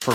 For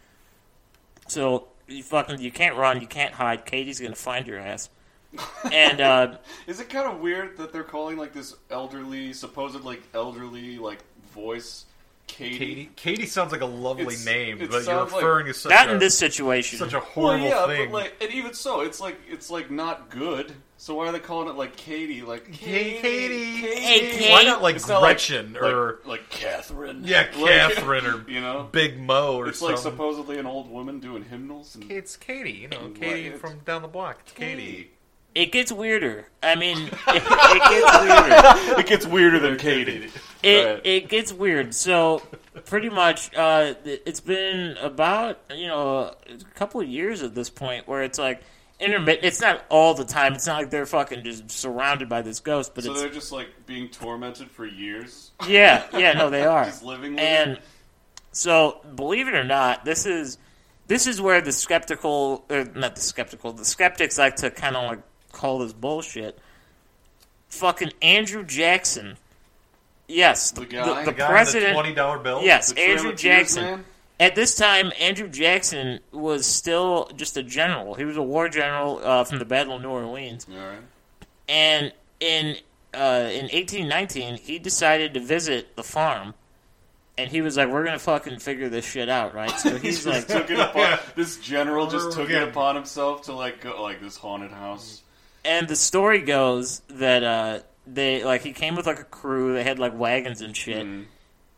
So you fucking, you can't run, you can't hide. Katie's gonna find your ass. And uh, Is it kind of weird that they're calling like this elderly, supposed like elderly, like voice, Katie? Katie. Katie sounds like a lovely It's- name, it but you're sounds like- referring to such not a, in this situation. such a Well, horrible yeah, thing. but like, and even so, it's like it's like not good. So why are they calling it like Katie? Like Hey, Katie, Katie. Hey, Katie. Why not like It's not like- Gretchen like- or like, Catherine? yeah, Like, Catherine or you know, Big Mo or it's something? like supposedly an old woman doing hymnals. And it's Katie, you know, Like, Katie it's- from down the block. It's Katie. it gets weirder. I mean, it, it gets weirder. it gets weirder than Katie. it Right. it gets weird. So pretty much, uh, th- it's been about you know a couple of years at this point where it's like intermittent. It's not all the time. It's not like they're fucking just surrounded by this ghost, but So it's they're just like being tormented for years. yeah, yeah. No, they are Just living with and. it. So believe it or not, this is this is where the skeptical, or not the skeptical, the skeptics like to kind of like call this bullshit. Fucking Andrew Jackson. Yes, the, The the, guy- the the Guy in president. the twenty dollar bill. Yes, The Trail Andrew of Tears Jackson. man? At this time, Andrew Jackson was still just a general. He was a war general uh, from the Battle of New Orleans, All right. and in uh, in eighteen nineteen, he decided to visit the farm, and he was like, "We're gonna fucking figure this shit out, right?" So he's like, took it upon, this general just We're took it good. upon himself to like go like this haunted house. and the story goes that uh, they like he came with like a crew. They had like wagons and shit,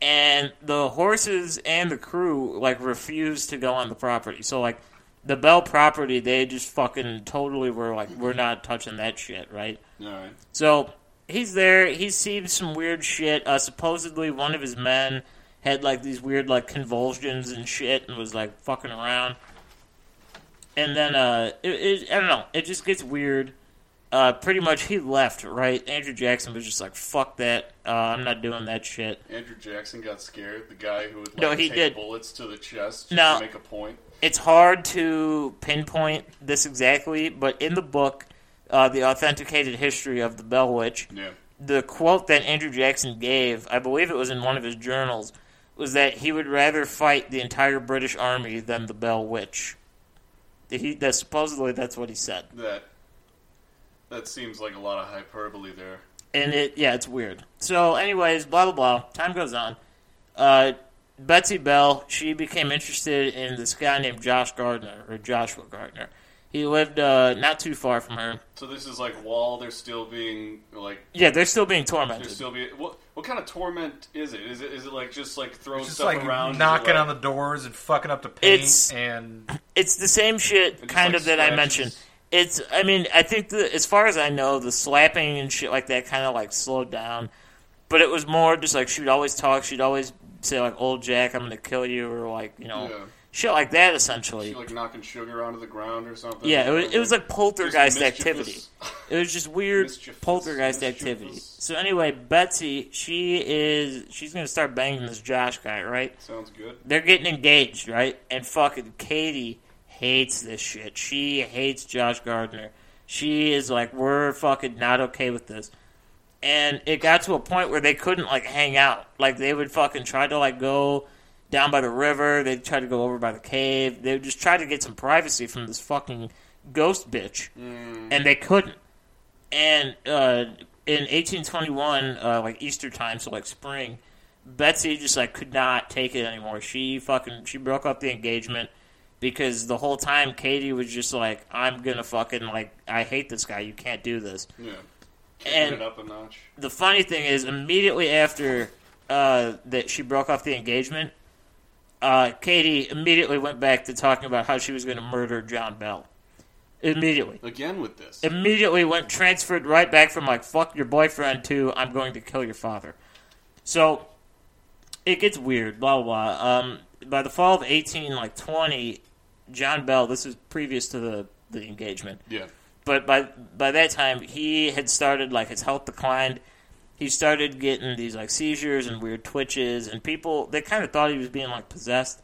and the horses and the crew like refused to go on the property. So like the Bell property, they just fucking totally were like, we're not touching that shit, right? All right. So he's there. He sees some weird shit. Uh, supposedly, one of his men had like these weird like convulsions and shit, and was like fucking around. And then uh, it, it, I don't know. It just gets weird. Uh, pretty much, he left. Right, Andrew Jackson was just like, "Fuck that! Uh, I'm not doing that shit." Andrew Jackson got scared. The guy who would like, No, he take did. bullets to the chest just No. to make a point. it's hard to pinpoint this exactly, but in the book, uh, the authenticated history of the Bell Witch, Yeah. the quote that Andrew Jackson gave, I believe it was in one of his journals, was that he would rather fight the entire British army than the Bell Witch. That He, that supposedly that's what he said, That that seems like a lot of hyperbole there. and it yeah, it's weird. So, anyways, blah blah blah. Time goes on. Uh, Betsy Bell, she became interested in this guy named Josh Gardner or Joshua Gardner. He lived uh, not too far from her. So this is like while they're still being like Yeah, they're still being they're tormented. still being what what kind of torment is it? Is it is it like just like throwing Just stuff like around, knocking like, on the doors and fucking up the paint It's- and it's the same shit, just, kind like, of that I scratches. mentioned. It's, I mean, I think the as far as I know, the slapping and shit like that kind of like slowed down, but it was more just like she'd always talk, she'd always say like, "Old Jack, I'm gonna kill you," or like you know, Yeah. shit like that. Essentially, you, like knocking sugar onto the ground or something? yeah, it was, it was like poltergeist Just activity. mischievous. It was just weird Mischievous, poltergeist mischievous. activity. So anyway, Betsy, she is she's gonna start banging this Josh guy, right? Sounds good. they're getting engaged, right? And fucking Katie hates this shit. She hates Josh Gardner. She is like, we're fucking not okay with this. And it got to a point where they couldn't like hang out. Like they would fucking try to like go down by the river. They'd try to go over by the cave. They would just try to get some privacy from this fucking ghost bitch, and they couldn't. And uh, in 1821, uh, like Easter time, so like spring, Betsy just like could not take it anymore. She fucking she broke up the engagement because the whole time Katie was just like, "I'm gonna fucking like I hate this guy. You can't do this." Yeah. And- Kicking it up a notch. The funny thing is, immediately after uh, that she broke off the engagement, uh, Katie immediately went back to talking about how she was going to murder John Bell. Immediately Again with this. immediately went transferred right back from like fuck your boyfriend to I'm going to kill your father. So it gets weird, blah blah. blah. Um, by the fall of eighteen like twenty, John Bell. This is previous to the the engagement, yeah. but by by that time he had started like his health declined. He started getting these like seizures and weird twitches, and people they kind of thought he was being like possessed.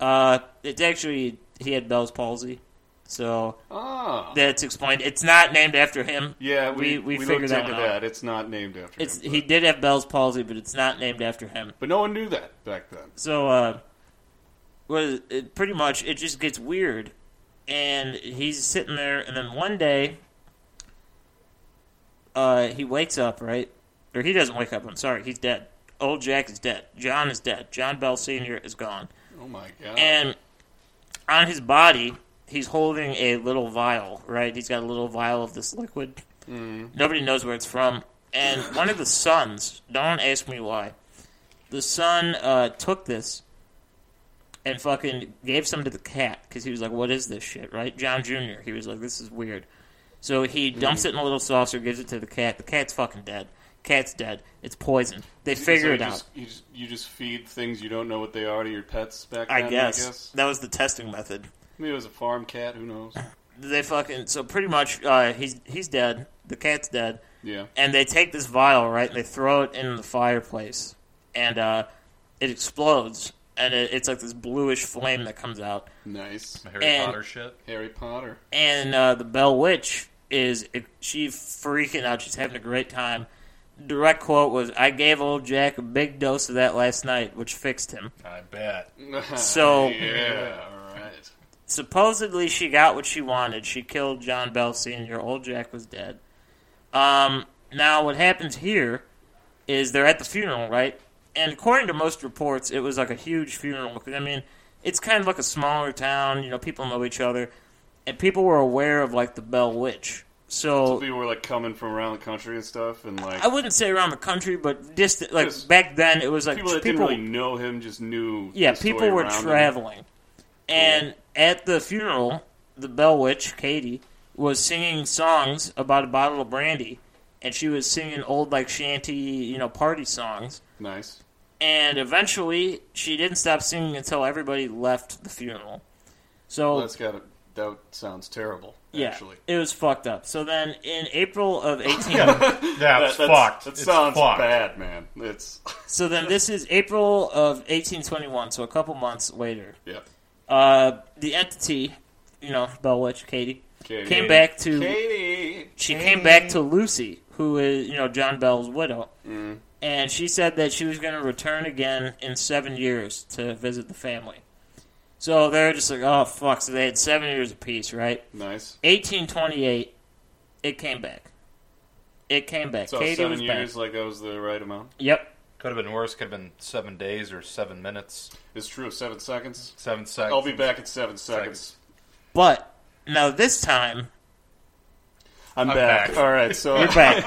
Uh, it's actually he had Bell's palsy, so Ah. that's explained. It's not named after him. Yeah, we, we, we, looked figured that into one out. that. It's not named after It's him. he but- did have Bell's palsy, but it's not named after him. but no one knew that back then. So, uh, well, it, pretty much it just gets weird, and he's sitting there, and then one day, uh, he wakes up, right? Or he doesn't wake up. I'm sorry, he's dead. Old Jack is dead. John is dead. John Bell Senior is gone. Oh my god. And on his body, he's holding a little vial, right? He's got a little vial of this liquid. Mm-hmm. Nobody knows where it's from. And one of the sons, don't ask me why, the son uh, took this and fucking gave some to the cat because he was like, what is this shit, right? John Jr., he was like, this is weird. So he Mm-hmm. dumps it in a little saucer, gives it to the cat. The cat's fucking dead. Cat's dead. It's poison. They figure So it out. just- You just, you just feed things you don't know what they are to your pets back I then, guess. I guess. that was the testing method. Maybe it was a farm cat, who knows? they fucking so pretty much uh, he's he's dead. The cat's dead, Yeah. and they take this vial right and they throw it in the fireplace, and uh, it explodes, and it, it's like this bluish flame that comes out. Nice. Harry And- Potter shit. Harry Potter. And uh, the Bell Witch is she freaking out? She's having a great time. Direct quote was, "I gave old Jack a big dose of that last night, which fixed him." I bet. So- yeah, all right. supposedly she got what she wanted. She killed John Bell Sr. Old Jack was dead. Um, now what happens here is they're at the funeral, right? And according to most reports, it was like a huge funeral. 'Cause, I mean, it's kind of like a smaller town. You know, people know each other, and people were aware of like the Bell Witch. So People were like coming from around the country and stuff, and like I wouldn't say around the country, but distant. Yes. Like back then, it was like people that didn't really know him just knew. yeah, the story people were around him. traveling. And at the funeral, the bell witch, Katie, was singing songs about a bottle of brandy. And she was singing old, like, shanty, you know, party songs. Nice. And eventually, she didn't stop singing until everybody left the funeral. So, Well, that's got that sounds terrible. yeah, actually, it was fucked up. So then, in April of 18... Yeah, it's that's- fucked. That It's sounds fucked. bad, man. It's so then, this is April of 1821, so a couple months later. yeah. Uh, the entity, you know, bell witch, Katie, Katie. came back to... Katie. she came back to Lucy, who is you know John Bell's widow, and she said that she was going to return again in seven years to visit the family. So they're just like, oh fuck! So they had seven years apiece, right? Nice. 1828, it came back. It came back. So Katie seven was years, back. like that was the right amount. Yep. Could have been worse. Could have been seven days or seven minutes, It's true. Seven seconds. seven seconds. I'll be back in seven seconds. But now this time, I'm, back. All right. So You're back.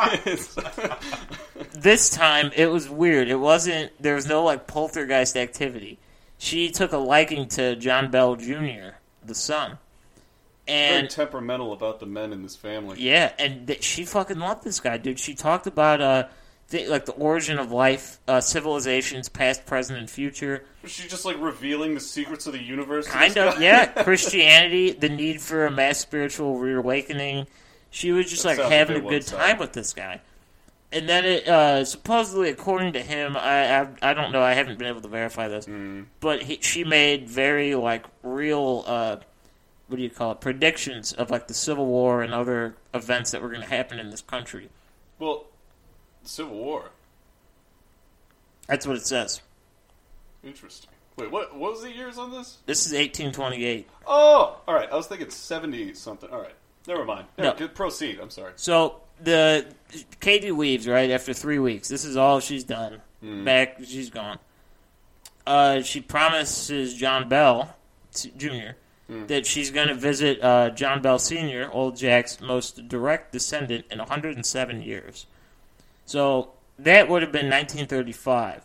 this time it was weird. It wasn't there was no like poltergeist activity. She took a liking to John Bell Jr., the son. Very And temperamental about the men in this family. yeah, and th- she fucking loved this guy, dude. She talked about uh th- like the origin of life, uh civilizations, past, present, and future. Was she just like revealing the secrets of the universe? to Kind this of, guy? yeah. Christianity, the need for a mass spiritual reawakening. She was just That like sounds having a a bit good one-sided. time with this guy. And then it uh, supposedly, according to him, I, I I don't know. I haven't been able to verify this, Hmm. but he, she made very like real uh, what do you call it predictions of like the Civil War and other events that were going to happen in this country. Well, Civil War. That's what it says. Interesting. Wait, what? What was the years on this? This is 1828. Oh, all right. I was thinking seventy something. All right. Never mind. Never, No. good, Proceed. I'm sorry. So the Katie leaves right after three weeks. This is all she's done. Back, she's gone. Uh, she promises John Bell s- Jr. that she's going to visit uh, John Bell Sr., old Jack's most direct descendant, in 107 years. So that would have been 1935.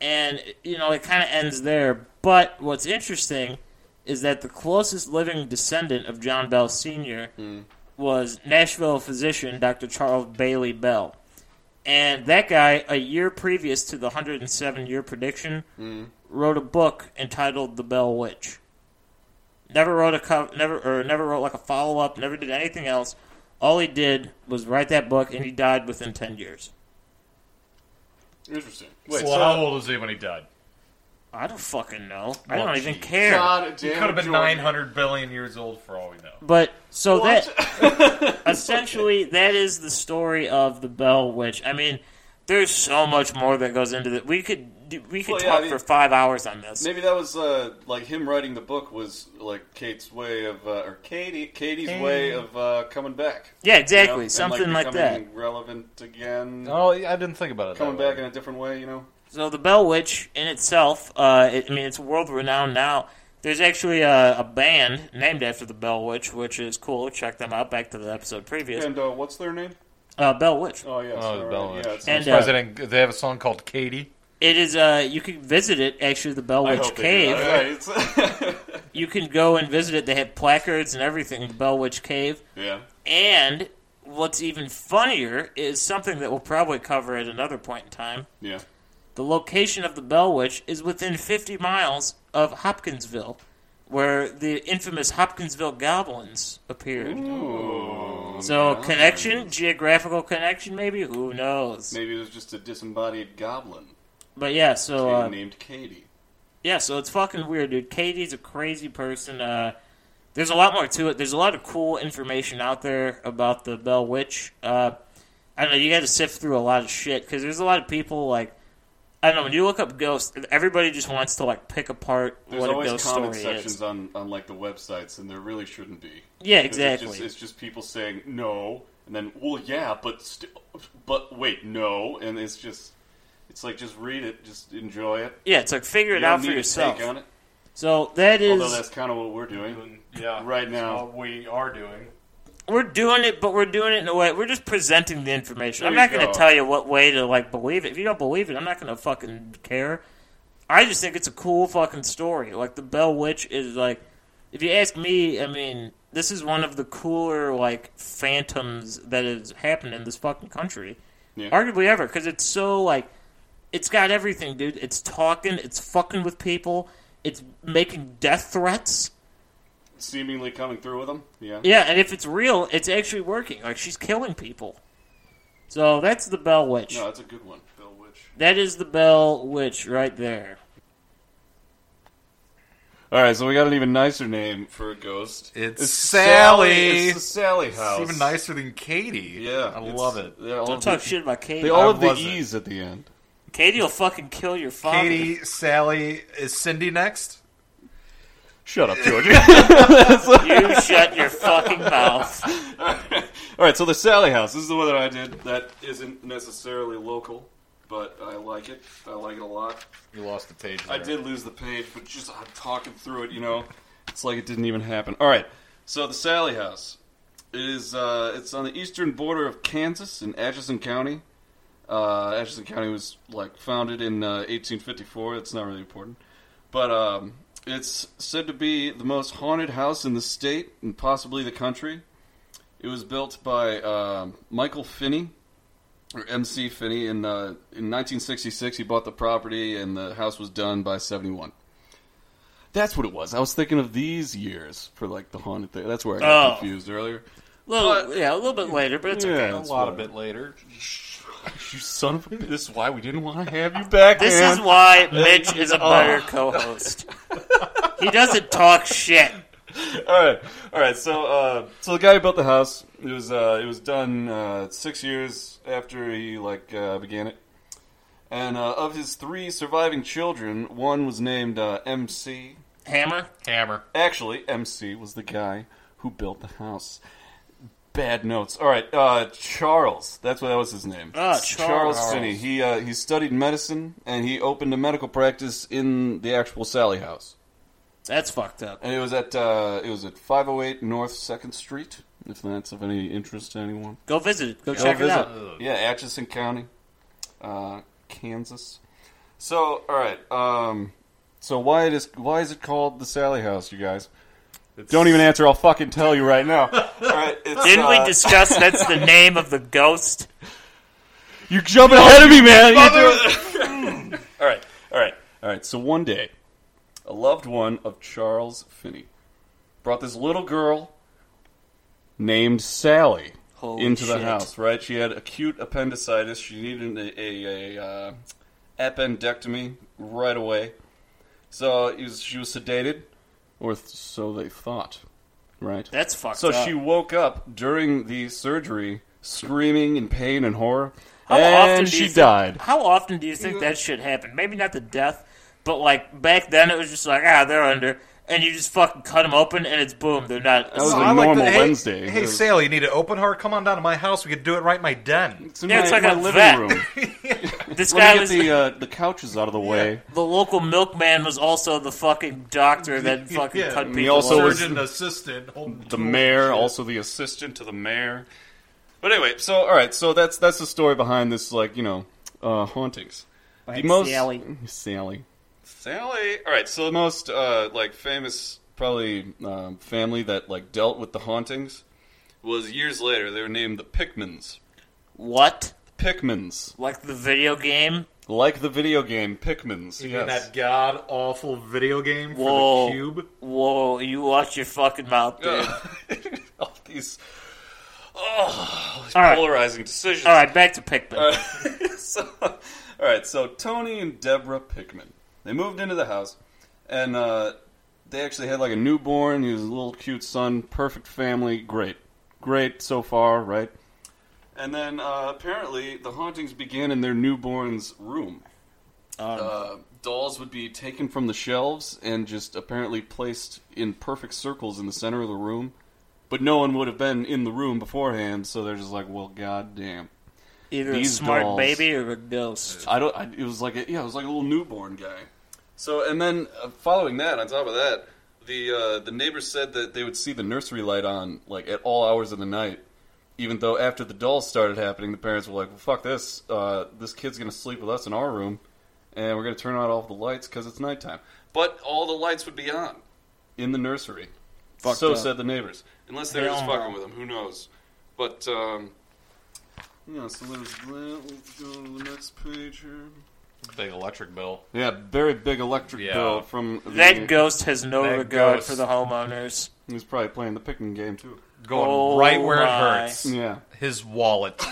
And, you know, it kind of ends there. But what's interesting is that the closest living descendant of John Bell Sr. was Nashville physician Dr. Charles Bailey Bell. And that guy, a year previous to the 107 year prediction, wrote a book entitled The Bell Witch. Never wrote a co- never or never wrote like a follow up. Never did anything else. All he did was write that book, and he died within ten years. Interesting. Wait, Wait. so how old was he when he died? I don't fucking know. I Well, don't even geez. care. God damn He could have it, been Jordan. 900 billion years old for all we know. But so What? that essentially that is the story of the Bell Witch. I mean, there's so much more that goes into it. We could do- we could Well, yeah, talk I mean- for five hours on this. Maybe that was uh, like him writing the book was like Kate's way of uh, or Katie Katie's way of uh, coming back. yeah, you know, exactly, and, something like, that. becoming Relevant again. Oh, I didn't think about it. Coming that way. back in a different way, you know. So the Bell Witch in itself, uh, it, I mean, it's world renowned now. There's actually a, a band named after the Bell Witch, which is cool. Check them out. Back to the episode previous. And uh, what's their name? Uh, Bell Witch. Oh yes, Oh, the all Bell right, Witch. yeah, it's- And, I'm surprised uh, they, didn't- they have a song called Katie. It is. Uh, you can visit it. Actually, the Bell I Witch hope they do Cave. that. Right, it's- You can go and visit it. They have placards and everything. The Bell Witch Cave. yeah. And what's even funnier is something that we'll probably cover at another point in time. Yeah. The location of the Bell Witch is within 50 miles of Hopkinsville, where the infamous Hopkinsville goblins appeared. so, connection? Geographical connection, maybe? Who knows? Maybe it was just a disembodied goblin But yeah, so. Katie Uh, named Katie. Yeah, so it's fucking weird, dude. Katie's a crazy person. Uh, there's a lot more to it. There's a lot of cool information out there about the Bell Witch. Uh, I don't know. You got to sift through a lot of shit because there's a lot of people like. I don't know. When you look up ghosts, everybody just wants to like pick apart There's what a always ghost comment story sections is. on, on like the websites, and there really shouldn't be. Yeah, 'Cause it's just- It's exactly. just, people saying no, and then well, yeah, but still, but wait, no, and it's just, it's like just read it, just enjoy it. yeah, it's like figure You it don't out need for a yourself. Take on it. So that is Although that's kind of what we're doing. Yeah, Right now. that's what we are doing. we're doing it, but we're doing it in a way. We're just presenting the information. I'm There not you going to go. tell you what way to like believe it. If you don't believe it, I'm not going to fucking care. I just think it's a cool fucking story. Like the Bell Witch is like, if you ask me, I mean, this is one of the cooler like phantoms that has happened in this fucking country, Yeah. arguably ever, because it's so like, it's got everything, dude. It's talking, it's fucking with people, it's making death threats. Seemingly coming through with them. Yeah. Yeah, and if it's real, it's actually working. Like she's killing people. So that's the Bell Witch. No, that's a good one. Bill Witch. That is the Bell Witch right there. All right, so we got an even nicer name for a ghost. It's Sally. It's the Sally house. It's even nicer than Katie. Yeah, I it's- love it. They all, Don't have talk the, shit about Katie. they all I have the e wasn't. E's at the end. Katie will fucking kill your father. Katie, Sally, is Cindy next? Shut up, George. You shut your fucking mouth. All right, so the Sally House. This is the one that I did. That isn't necessarily local, but I like it. I like it a lot. You lost the page. I did lose the page, but just I'm talking through it. You know, it's like it didn't even happen. All right, so the Sally House is uh, it's on the eastern border of Kansas in Atchison County. Uh, Atchison County was like founded in uh, 1854. That's not really important, but um, it's said to be the most haunted house in the state and possibly the country. It was built by um Michael Finney, or MC Finney, in uh, in 1966. He bought the property, and the house was done by 71. That's what it was. I was thinking of these years for like the haunted thing. That's where I got Oh. confused earlier. Little, yeah, a little bit later, but it's Yeah, okay. a that's lot what- of it later. You son of a bitch. This is why we didn't want to have you back. This man. is why Mitch is a better co-host. He doesn't talk shit. all right, all right. So, uh, so the guy who built the house, it was uh, it was done uh, six years after he like uh, began it, and uh, of his three surviving children, one was named uh, MC. Hammer. Hammer. Actually, MC was the guy who built the house. Bad notes. All right, uh, Charles. That's what that was his name. Ah, Charles. Finney. He uh, he studied medicine and he opened a medical practice in the actual Sally House. That's fucked up. And it was at uh, it was at 508 North Second Street. If that's of any interest to anyone, Go visit it. Go check it out. Yeah, Atchison County, uh, Kansas. So, all right. Um, so why it is why is it called the Sally House, you guys? Don't even answer. I'll fucking tell you right now. All right, it's, Didn't we uh, discuss that's the name of the ghost? You're jumping ahead of me, man. all right, all right, all right. So one day, a loved one of Charles Finney brought this little girl named Sally Holy into the shit. house. Right? She had acute appendicitis. She needed a, a, a uh, appendectomy right away. So it was, she was sedated, or th- so they thought. Right? That's fucked So up. she woke up during the surgery screaming in pain and horror. How and often do she you think- died. How often do you think that shit happened? Maybe not the death, but like back then it was just like ah they're under, and you just fucking cut them open and it's boom they're not. was No, a I like normal that. Hey- Wednesday. Hey, It was- Sally, you need an open heart? Come on down to my house. We could do it right in my den. in Yeah, my, it's like my a living vet. room. this Let guy me was get the, uh, the couches out of the way. the local milkman was also the fucking doctor that fucking Yeah, cut and people. he also up. was- Surgeon assistant. holding The tools and mayor, shit. also the assistant to the mayor. But anyway, so all right, so that's that's the story behind this, like you know, uh, hauntings. By the most Sally. Sally, Sally. All right, so the most uh, like famous probably um, family that like dealt with the hauntings was years later. They were named the Pickmans. what Pickmans, like the video game? like the video game Pickmans. You mean yes. that god awful video game for Whoa. the cube? Whoa, you watch your fucking mouth, dude. all these, oh, all these All right. polarizing decisions. All right, back to Pikmin. Uh, so, all right. So Tony and Deborah Pickman, they moved into the house, and uh, they actually had like a newborn. He was a little cute son, perfect family, great, great so far, right? And then uh, apparently the hauntings began in their newborn's room. uh, dolls would be taken from the shelves and just apparently placed in perfect circles in the center of the room. But no one would have been in the room beforehand, so they're just like, "Well, goddamn." Either a These smart dolls. baby or a ghost. I don't. I, it was like a, yeah, it was like a little newborn guy. So and then uh, following that, on top of that, the uh, the neighbors said that they would see the nursery light on like at all hours of the night. Even though after the dolls started happening, the parents were like, well, "Fuck this! Uh, this kid's gonna sleep with us in our room, and we're gonna turn out all the lights because it's nighttime." But all the lights would be on in the nursery. Fucked so up. said the neighbors. Unless they're Hell just no. fucking with them, who knows? But um, yeah, so there's that. Let's go to the next page here. Big electric bill. Yeah, very big electric Yeah. bill from the, That ghost has no That regard ghost. for the homeowners. He was probably playing the picking game too. Going Oh right where my. it hurts. Yeah, His wallet.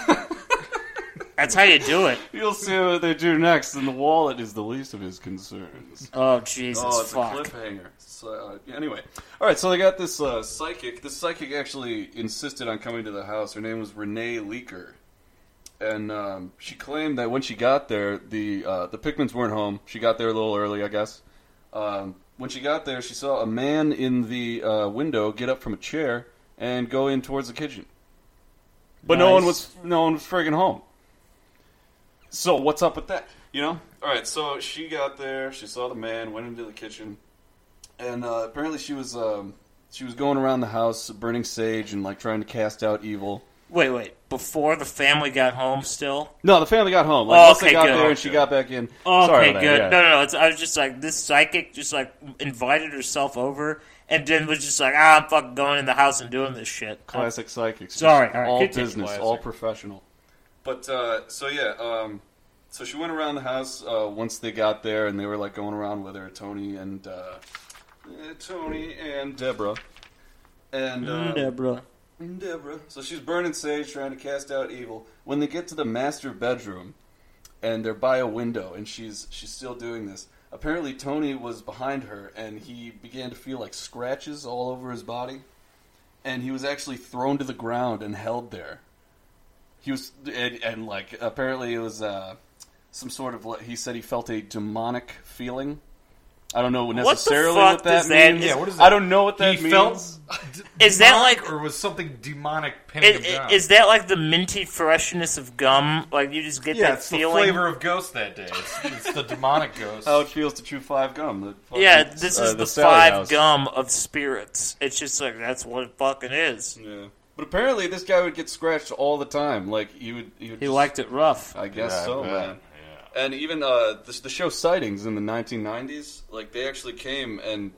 That's how you do it. you'll see what they do next, and the wallet is the least of his concerns. Oh Jesus! Oh, it's fuck. a cliffhanger. So, uh, anyway, all right. So they got this uh, psychic. This psychic actually insisted on coming to the house. Her name was Renee Leaker, and um, she claimed that when she got there, the uh, the Pickmans weren't home. She got there a little early, I guess. Um, when she got there, she saw a man in the uh, window get up from a chair and go in towards the kitchen. But no Nice. one was no one was friggin' home. So what's up with that? You know. All right. So she got there. She saw the man. Went into the kitchen, and uh, apparently she was um, she was going around the house burning sage and like trying to cast out evil. Wait, wait. Before the family got home, still. No, the family got home. Like, Oh, once they okay, got good. there and she got back in. Okay, Sorry about that, good. yeah. No, no, no. It's, I was just like this psychic just like invited herself over and then was just like, ah, I'm fucking going in the house and doing this shit. Classic psychics. Sorry, Just all right, all continue. business, Classic. all professional. But uh, so yeah, um, so she went around the house uh, once they got there, and they were like going around with her, Tony and uh, eh, Tony and Deborah, and uh, Mm, Deborah. Deborah. So she's burning sage, trying to cast out evil. When they get to the master bedroom, and they're by a window, and she's she's still doing this. Apparently, Tony was behind her, and he began to feel like scratches all over his body, and he was actually thrown to the ground and held there. He was and, and like apparently it was uh, some sort of like- he said he felt a demonic feeling. I don't know necessarily fuck that does that- means. Yeah, what is I that? don't know what that he means. felt. Is that demonic, like- or was something demonic pinning Is, him down? is that like the minty freshness of gum? Like you just get yeah, that it's feeling. Oh, the flavor of ghost that day. It's, it's the demonic ghost. how it feels to chew five gum. the fucking, yeah, this uh, is the, Sally five House. gum of spirits. It's just like that's what it fucking is. Yeah. But apparently, this guy would get scratched all the time. Like he would, he, would He just- liked it rough. I guess Yeah, so, I bet. man. And even uh, the, the show sightings in the 1990s, like they actually came and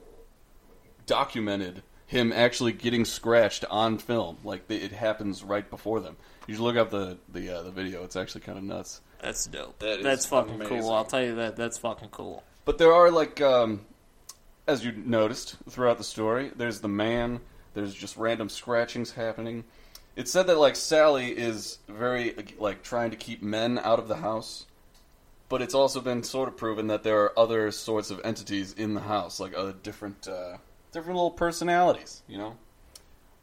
documented him actually getting scratched on film. Like they, it happens right before them. You should look up the the uh, the video. It's actually kind of nuts. That's dope. That is that's fucking amazing. cool. I'll tell you that. That's fucking cool. But there are like, um, as you noticed throughout the story, there's the man. There's just random scratchings happening. It said that like Sally is very like trying to keep men out of the house, but it's also been sort of proven that there are other sorts of entities in the house, like other different uh, different little personalities. You know.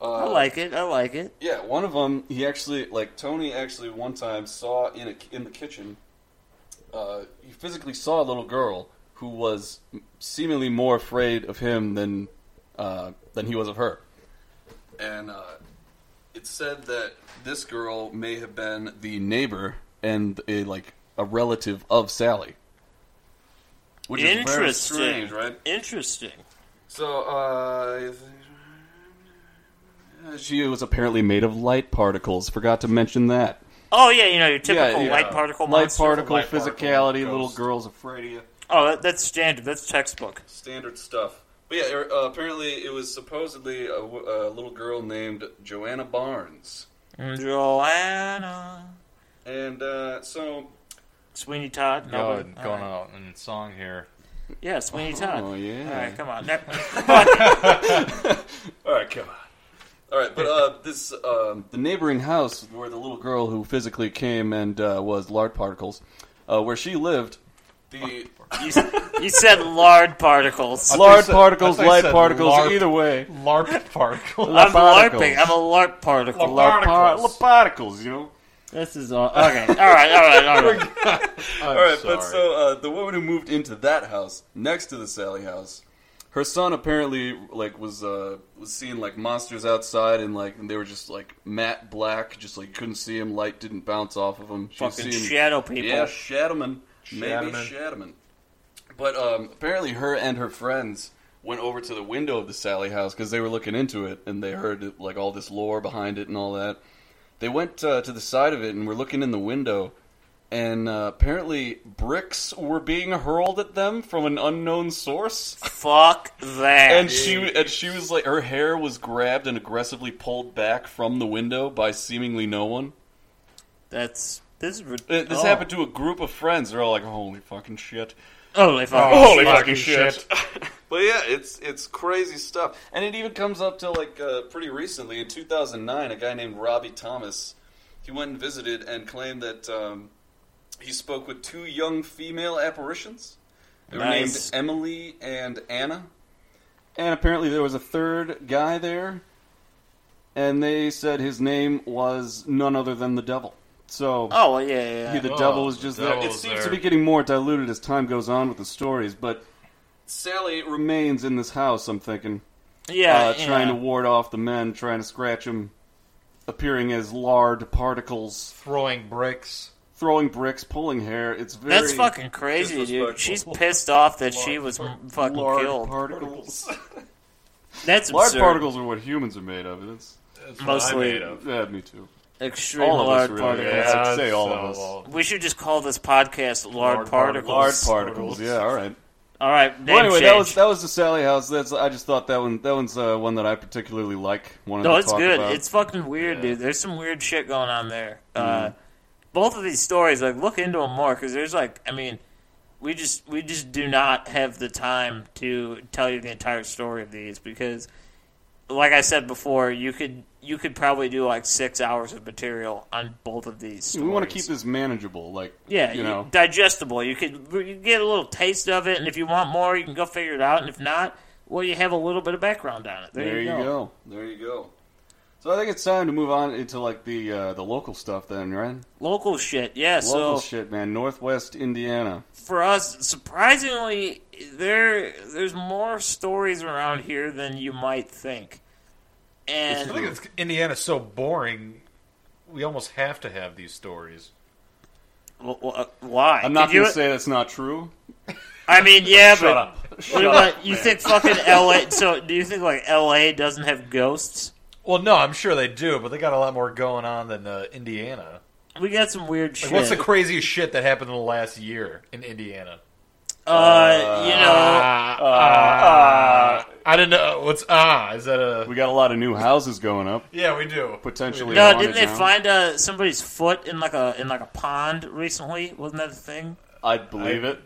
Uh, I like it. I like it. Yeah, one of them, he actually, like, Tony actually one time saw in, a, in the kitchen, uh, he physically saw a little girl who was seemingly more afraid of him than, uh, than he was of her. And uh, it said that this girl may have been the neighbor and a, like, a relative of Sally. Which is very Interesting. strange, right? Interesting. So, uh. She was apparently made of light particles. Forgot to mention that. Oh yeah, you know your typical yeah. light particle light monster. particle, light particle, physicality, little ghost. girls afraid of you. Oh, that, that's standard. That's textbook. Standard stuff. But yeah, er, uh, apparently it was supposedly a, w- a little girl named Joanna Barnes. Joanna And uh, so. Sweeney Todd. No, Going, but- going out in song here. yeah, Sweeney Todd. Oh, yeah. All right, come on. Ne- Alright, come on. Alright, but uh, this. Um, the neighboring house where the little girl who physically came and uh, was lard particles, uh, where she lived, The You, s- you said lard particles. lard said- I particles, thought you light said particles, LARP. either way. LARP particle. I'm particles. larping. I'm a larp particle. Lard par- Particles. particles, you know. This is all. Okay. All right. All right. All right. All right, but so uh, the woman who moved into that house next to the Sally house, her son apparently like was uh, was seeing like monsters outside and like and they were just like matte black, just like couldn't see him. Light didn't bounce off of him. She was Fucking seeing- shadow people. Yeah, Shadowman, maybe Shadowman. Shadowman. But um, apparently, her and her friends went over to the window of the Sally house because they were looking into it and they heard like all this lore behind it and all that. They went uh, to the side of it and were looking in the window, and uh, apparently bricks were being hurled at them from an unknown source. Fuck that. And she and she was like, her hair was grabbed and aggressively pulled back from the window by seemingly no one. That's this is. rid- Uh, This oh. happened to a group of friends. They're all like, "Holy fucking shit!" Holy fuck. Oh, Holy fucking fucking shit! but yeah, it's it's crazy stuff, and it even comes up to like uh, pretty recently in 2009. A guy named Robbie Thomas, he went and visited and claimed that um, he spoke with two young female apparitions. They were Nice. named Emily and Anna, and apparently there was a third guy there, and they said his name was none other than the devil. So Oh well, yeah, yeah. Hey, yeah. the Oh, devil is the just there. devil It is seems to there. be getting more diluted as time goes on with the stories, but Sally remains in this house, I'm thinking, yeah, uh, yeah. trying to ward off the men, trying to scratch them, appearing as lard particles, Throwing bricks. throwing bricks, pulling hair. It's very. That's fucking crazy, dude. disrespectful. She's pissed off that she was fucking Lard killed. particles. That's lard absurd. particles are what humans are made of. and It's, Mostly yeah, me too. extreme All of us, lard really. particles. Yeah, I'd say all so- of us. We should just call this podcast lard, particles. Lard particles. Yeah, all right. All right. Name Well, anyway, change. that was that was the Sally House. That's I just thought that one that one's uh, one that I particularly like. Wanted No, to it's talk good. about. It's fucking weird, dude. There's some weird shit going on there. Uh, Mm-hmm. both of these stories, like, look into them more because there's like, I mean, we just we just do not have the time to tell you the entire story of these because, like I said before, you could you could probably do like six hours of material on both of these. Stories. we want to keep this manageable, like Yeah, you know. digestible. You could you get a little taste of it, and if you want more, you can go figure it out. And if not, well, you have a little bit of background on it. There, there you go. There you go. So I think it's time to move on into like the uh, the local stuff then, right? Local shit, yeah. so Local shit, man. Northwest Indiana. for us, surprisingly, there there's more stories around here than you might think. I think And it's, Indiana's so boring, we almost have to have these stories. w- w- uh, why? I'm not Could you- going to say that's not true. I mean, yeah, but up. what about- you think fucking L.A. So do you think like L.A. doesn't have ghosts? Well, no, I'm sure they do, but they got a lot more going on than uh, Indiana. We got some weird shit. Like, what's the craziest shit that happened in the last year in Indiana? uh, you know, Uh, uh, I don't know. What's ah? Is that a? We got a lot of new houses going up Yeah, we do. potentially. no, haunted didn't they now. find uh, somebody's foot in like a in like a pond recently? Wasn't that a thing? I'd believe it.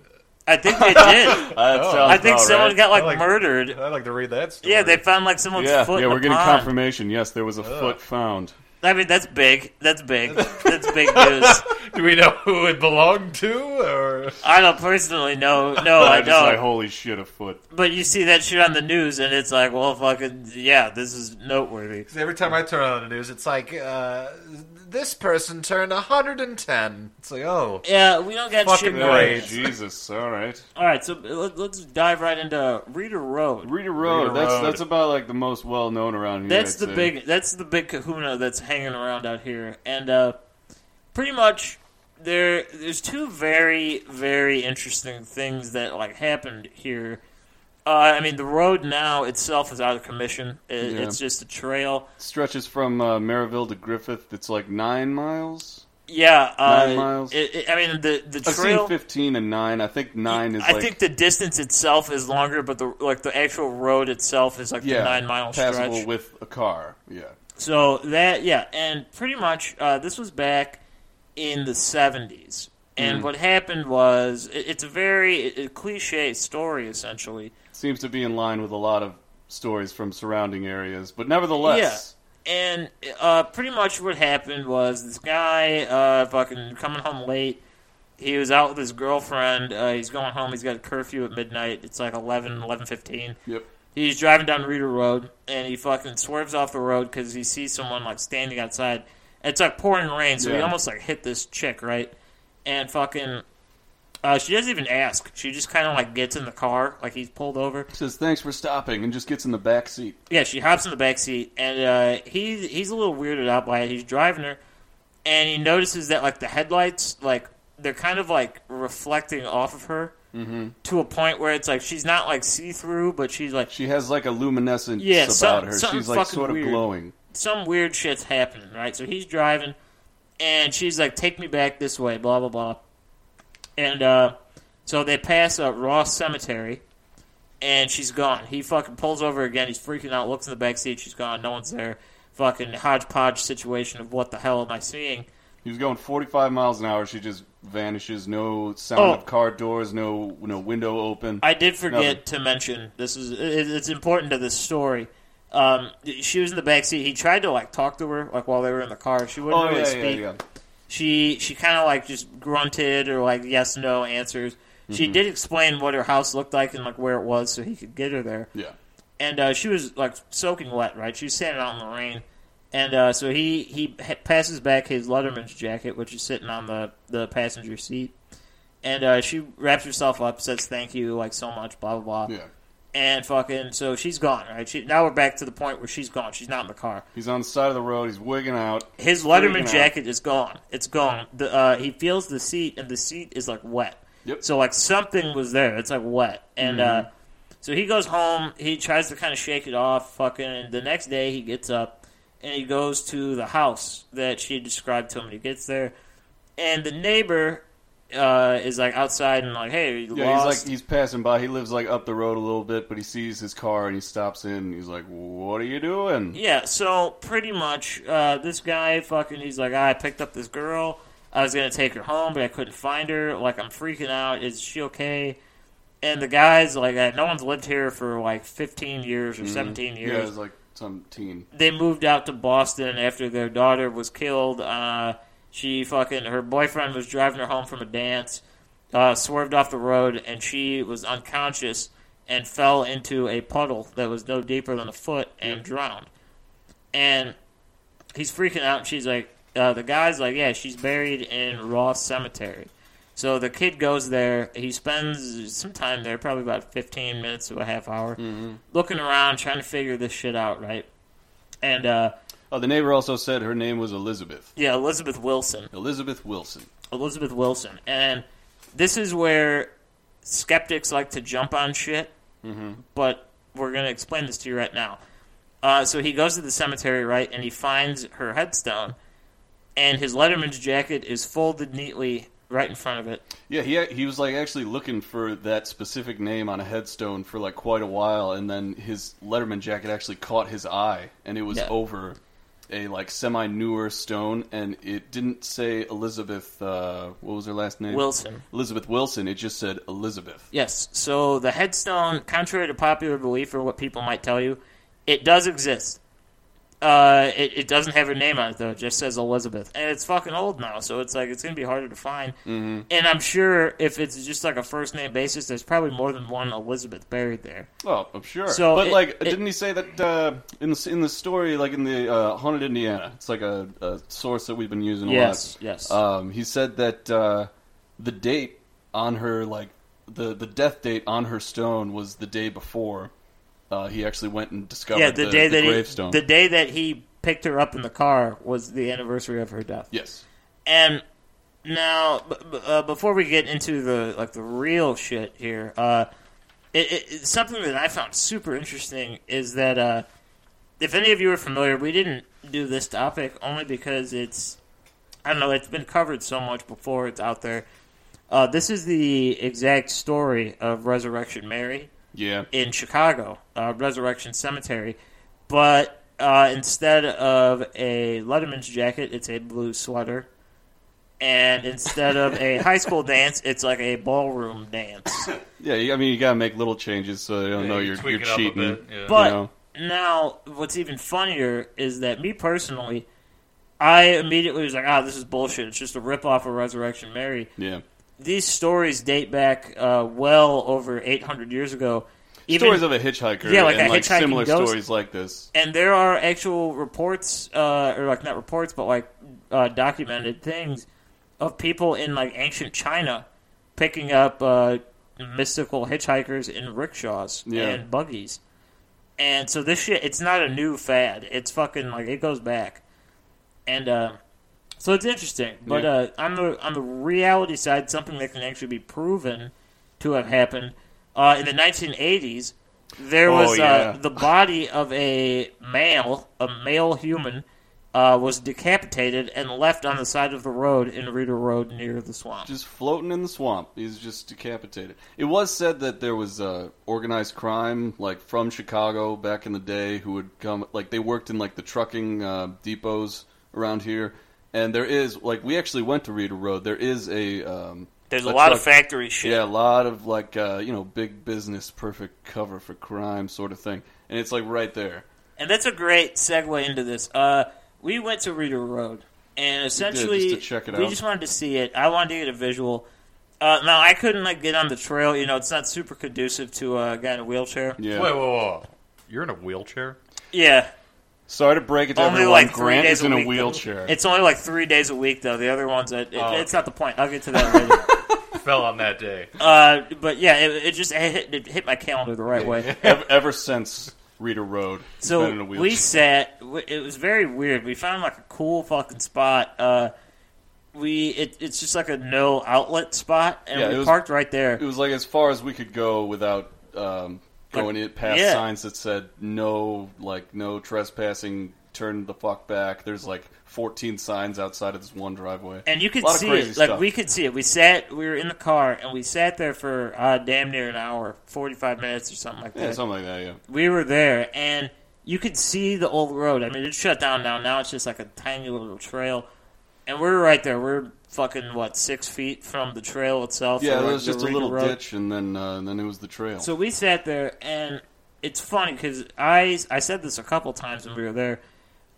I think they did. That sounds I think about someone right. got like, I like- murdered. I'd like to read that story. Yeah, they found like someone's Yeah, foot. yeah, in we're a getting pond. confirmation. Yes, there was a foot found. I mean, that's big. That's big. That's big news. Do we know who it belonged to? Or I don't personally know. No, Oh, I I'm just like, don't. holy shit, a foot. But you see that shit on the news, and it's like, well, fucking, yeah, this is noteworthy. every time I turn on the news, it's like uh, this person turned 110. It's like oh, Yeah, we don't get Fucking shit Yeah, right. right. Oh, Jesus, all right. All right, so let- let's dive right into Reader Road. Rita Road. Rita that's Road. that's about like the most well known around here. That's I'd the say. big. That's the big Kahuna that's hanging around out here, and uh, pretty much there. There's two very, very interesting things that like happened here. Uh, I mean, the road now itself is out of commission. It, Yeah. It's just a trail. stretches from uh, Maryville to Griffith. It's like nine miles. Yeah, uh, Nine miles. It, it- I mean, the the I've seen trail. fifteen and nine. I think nine is. I like, think the distance itself is longer, but the like the actual road itself is like yeah, the nine mile passable stretch. with a car. Yeah, So that yeah, and pretty much uh, this was back in the seventies, and what happened was it, it's a very it, it cliche story essentially. seems to be in line with a lot of stories from surrounding areas, but nevertheless, Yeah, and uh, pretty much what happened was this guy uh, fucking coming home late. he was out with his girlfriend. Uh, he's going home. He's got a curfew at midnight. It's like 11, 11.15. Yep. He's driving down Reader Road, and he fucking swerves off the road because he sees someone, like, standing outside. It's, like, pouring rain, so he Yeah. almost, like, hit this chick, right? And fucking... Uh, she doesn't even ask. She just kind of, like, gets in the car. Like, he's pulled over. Says thanks for stopping and just gets in the back seat. Yeah, she hops in the back seat, and uh, he he's a little weirded out by it. He's driving her, and he notices that like the headlights, like they're kind of like reflecting off of her to a point where it's like she's not like see through, but she's like She has like a luminescence Yeah, about some- her. something She's like fucking sort of weird. glowing. some weird shit's happening, right? So he's driving, and she's like, "Take me back this way," blah blah blah. And uh, so they pass uh, Ross Cemetery, and she's gone. He fucking pulls over again. He's freaking out. Looks in the back seat. She's gone. No one's there. Fucking hodgepodge situation of what the hell am I seeing? He was going 45 miles an hour. She just vanishes. No sound Oh. of car doors. No no window open. I did forget to mention this is it, it's important to this story. Um, she was in the back seat. He tried to like talk to her like while they were in the car. She wouldn't oh really yeah, speak. yeah, yeah. she she kind of like just grunted or like yes no answers. She did explain what her house looked like and like where it was, so he could get her there. Yeah. And uh, she was like soaking wet, right? She was standing out in the rain, and uh, so he he ha- passes back his Letterman's jacket, which is sitting on the the passenger seat, and uh, she wraps herself up, says thank you like so much, blah blah blah, Yeah. and fucking so she's gone, right? She now we're back to the point where she's gone. She's not in the car. He's on the side of the road. He's wigging out. His Freaking Letterman out. jacket is gone. It's gone. The, uh, he feels the seat, and the seat is like wet. Yep. So like something was there. It's like wet, and uh, so he goes home. He tries to kind of shake it off. Fucking. And the next day, he gets up and he goes to the house that she described to him. And he gets there, and the neighbor uh, is like outside and like, "Hey, you Yeah, lost." he's like he's passing by. He lives like up the road a little bit, but he sees his car and he stops in. And he's like, "What are you doing?" Yeah, so pretty much, uh, this guy fucking, he's like, I picked up this girl. I was gonna take her home, but I couldn't find her. Like, I'm freaking out. Is she okay? And the guy's like, uh, no one's lived here for like 15 years or 17 Mm-hmm. Yeah, years. it's like some teen. They moved out to Boston after their daughter was killed. Uh, she fucking, her boyfriend was driving her home from a dance, uh, swerved off the road, and she was unconscious and fell into a puddle that was no deeper than a foot and drowned and he's freaking out. And she's like, uh, the guy's like, yeah, she's buried in Ross Cemetery. So the kid goes there. He spends some time there, probably about 15 minutes to a half hour, looking around, trying to figure this shit out, right? And, uh, Oh, the neighbor also said her name was Elizabeth. yeah, Elizabeth Wilson. Elizabeth Wilson. Elizabeth Wilson. And this is where skeptics like to jump on shit, but we're going to explain this to you right now. Uh, so he goes to the cemetery, right, and he finds her headstone, and his Letterman's jacket is folded neatly right in front of it. Yeah, he he was like actually looking for that specific name on a headstone for like quite a while, and then his Letterman jacket actually caught his eye, and it was Yeah. over a like semi newer stone, and it didn't say Elizabeth. Uh, what was her last name? Wilson. Elizabeth Wilson. It just said Elizabeth. Yes, so the headstone, contrary to popular belief or what people might tell you, it does exist. Uh, it, it doesn't have her name on it though; it just says Elizabeth, and it's fucking old now, so it's like it's gonna be harder to find. Mm-hmm. And I'm sure if it's just like a first name basis, there's probably more than one Elizabeth buried there. Oh, I'm sure. So but it- like, it- didn't he say that uh, in the, in the story, like in the uh, haunted Indiana? It's like a, a source that we've been using a Yes, lot. yes. Um, he said that uh, the date on her, like the the death date on her stone, was the day before uh, he actually went and discovered yeah, Oh, the, day that gravestone. he the day that he picked her up in the car was the anniversary of her death. yes. And now, b- b- uh, before we get into the like the real shit here, uh, it, it, it's something that I found super interesting is that uh, if any of you are familiar, we didn't do this topic only because it's I don't know it's been covered so much before it's out there. Uh, this is the exact story of Resurrection Mary Yeah. in Chicago, uh, Resurrection Cemetery, but uh, instead of a Letterman's jacket, it's a blue sweater, and instead of a high school dance, it's like a ballroom dance. yeah. you- I mean, you gotta make little changes so they don't know you're, tweak you're it up a cheating. bit, yeah. But You know? now, what's even funnier is that me personally, I immediately was like, "Ah, this is bullshit. It's just a ripoff of Resurrection Mary." Yeah. these stories date back uh, well over 800 years ago. Even- stories of a hitchhiker. Yeah, like and a like hitchhiking similar ghost. stories like this. and there are actual reports, uh, or like not reports, but like uh, documented things of people in like ancient China picking up uh, mystical hitchhikers in rickshaws Yeah. and buggies. And so this shit, it's not a new fad. It's fucking like it goes back, and uh, so it's interesting. But Yeah. uh, on the on the reality side, something that can actually be proven to have happened uh, in the 1980s. There Oh, was yeah. uh, the body of a male, a male human, uh, was decapitated and left on the side of the road in Reader Road near the swamp. Just floating in the swamp. He's just decapitated. It was said that there was uh, organized crime, like from Chicago back in the day, who would come. Like they worked in like the trucking uh, depots around here, and there is like we actually went to Reader Road. There is a um, There's a lot of truck- factory shit. Yeah, a lot of like uh, you know big business, perfect cover for crime sort of thing, and it's like right there. And that's a great segue into this. Uh, we went to Reader Road, and essentially, just to check it we out. just wanted to see it. I wanted to get a visual. Uh, now I couldn't like get on the trail. You know, it's not super conducive to a guy in a wheelchair. Yeah. Wait, whoa, whoa. You're in a wheelchair? Yeah, Sorry to break it to only everyone. like three Grant days is in a week. wheelchair. It's only like three days a week, though. The other ones, uh, it, it, Oh. it's not the point. I'll get to that later. Fell on that day. Uh, but yeah, it, it just it hit, it hit my calendar the right way. ever, ever since Reader Road. it's been in So a we wheelchair. sat. w- It was very weird. We found like a cool fucking spot. Uh, we it, it's just like a no outlet spot, and Yeah, it we was- parked right there. It was like as far as we could go without um, going in past yeah. signs that said no, like no trespassing, turn the fuck back. There's like 14 signs outside of this one driveway, and you A could lot of see crazy it. Like stuff. we could see it. We sat. We were in the car, and we sat there for uh, damn near an hour, forty five minutes or something like that. yeah, something like that. Yeah, we were there and you could see the old road. I mean, it's shut down now. Now it's just like a tiny little trail. And we're right there. We're fucking, what, six feet from the trail itself? yeah. or, There like, was the just a Riga little road. ditch, and then uh, and then it was the trail. So we sat there, and it's funny because I, I said this a couple times when we were there.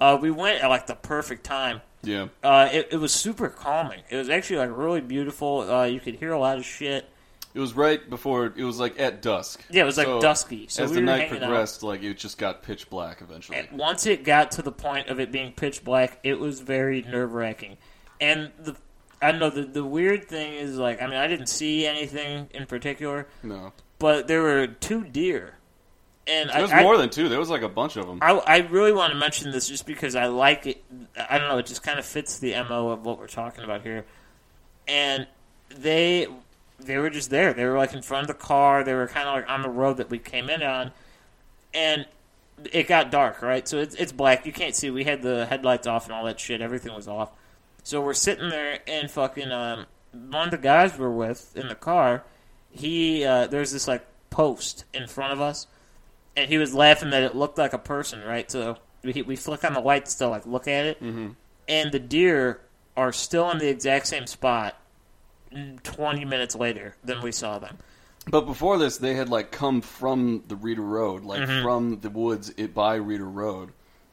Uh, we went at like the perfect time. yeah, Uh, it, it was super calming. It was actually like really beautiful. Uh, you could hear a lot of shit. it was right before it was like at dusk. Yeah, it was, like, So dusky. So as we the were night hanging out. progressed, like it just got pitch black eventually. And once it got to the point of it being pitch black, it was very nerve wracking. And the I don't know the the weird thing is like I mean I didn't see anything in particular, no, but there were two deer, and there was I, more I, than two. There was like a bunch of them. I I really want to mention this just because I like it. I don't know it just kind of fits the mo of what we're talking about here, and they they were just there. They were like in front of the car. They were kind of like on the road that we came in on, and it got dark, right? So it's, it's black. You can't see. We had the headlights off and all that shit. Everything was off. So we're sitting there, and fucking um, one of the guys we're with in the car, he uh, there's this like post in front of us, and he was laughing that it looked like a person, right? So we, we flick on the lights to like look at it, Mm-hmm. and the deer are still in the exact same spot. Twenty minutes later than we saw them. But before this, they had like come from the Reader Road, like Mm-hmm. from the woods it, by Reader Road,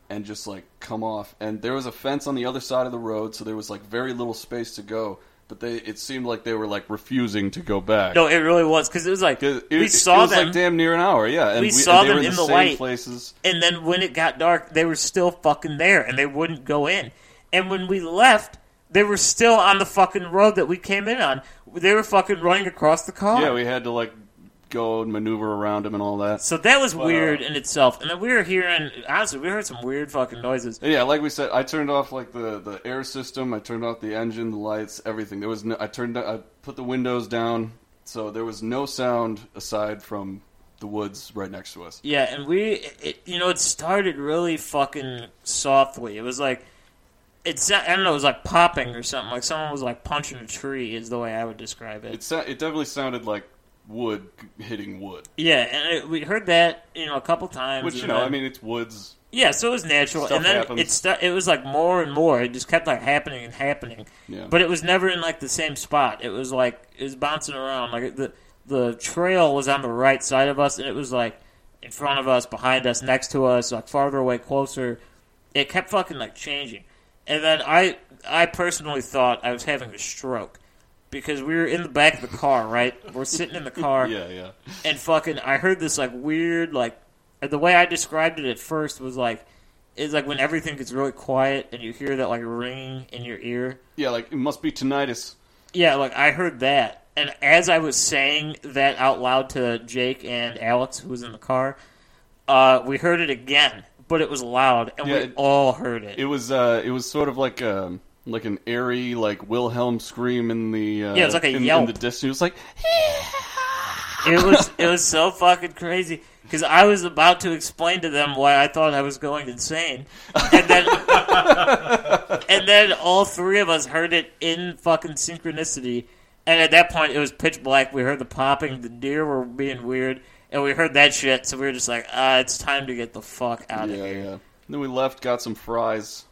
and just like come off. And there was a fence on the other side of the road, so there was like very little space to go. But they, it seemed like they were like refusing to go back. No, it really was because it was like 'Cause it, we it- saw it was them. like damn near an hour, yeah. And We and saw they them were in the, the same light. places. And then when it got dark, they were still fucking there and they wouldn't go in. And when we left, they were still on the fucking road that we came in on. They were fucking running across the car. Yeah, we had to like go and maneuver around them and all that. so that was weird in itself. And then we were hearing, honestly, we heard some weird fucking noises. And yeah, like we said, I turned off like the, the air system. I turned off the engine, the lights, everything. There was no. I turned. I put the windows down, so there was no sound aside from the woods right next to us. Yeah, and we, it, you know, it started really fucking softly. It was like, it's I don't know, it was like popping or something. Like someone was like punching a tree, is the way I would describe it. It sa- it definitely sounded like wood c- hitting wood, yeah, and it, we heard that, you know, a couple times. which you and know, then- I mean, it's woods. Yeah, so it was natural, Stuff and then happens. it stu- it was like more and more. It just kept like happening and happening. Yeah. But it was never in like the same spot. It was like it was bouncing around. Like the the trail was on the right side of us, and it was like in front of us, behind us, next to us, like farther away, closer. It kept fucking like changing, and then I I personally thought I was having a stroke because we were in the back of the car, right? We're sitting in the car, Yeah, yeah. and fucking, I heard this like weird, like and the way I described it at first was like, it's like when everything gets really quiet and you hear that like ringing in your ear. Yeah, like, it must be tinnitus. Yeah, like I heard that, and as I was saying that out loud to Jake and Alex, who was in the car, uh, we heard it again, but it was loud, and Yeah, we it- all heard it. It was, uh, it was sort of like, um, like an airy, like Wilhelm scream in the uh, Yeah, it was like a in, in yelp. the distance. It was like It was it was so fucking crazy because I was about to explain to them why I thought I was going insane, and then and then all three of us heard it in fucking synchronicity, and at that point it was pitch black. We heard the popping, the deer were being weird, and we heard that shit. So we were just like, ah, it's time to get the fuck out of yeah, here. yeah. Then we left, got some fries,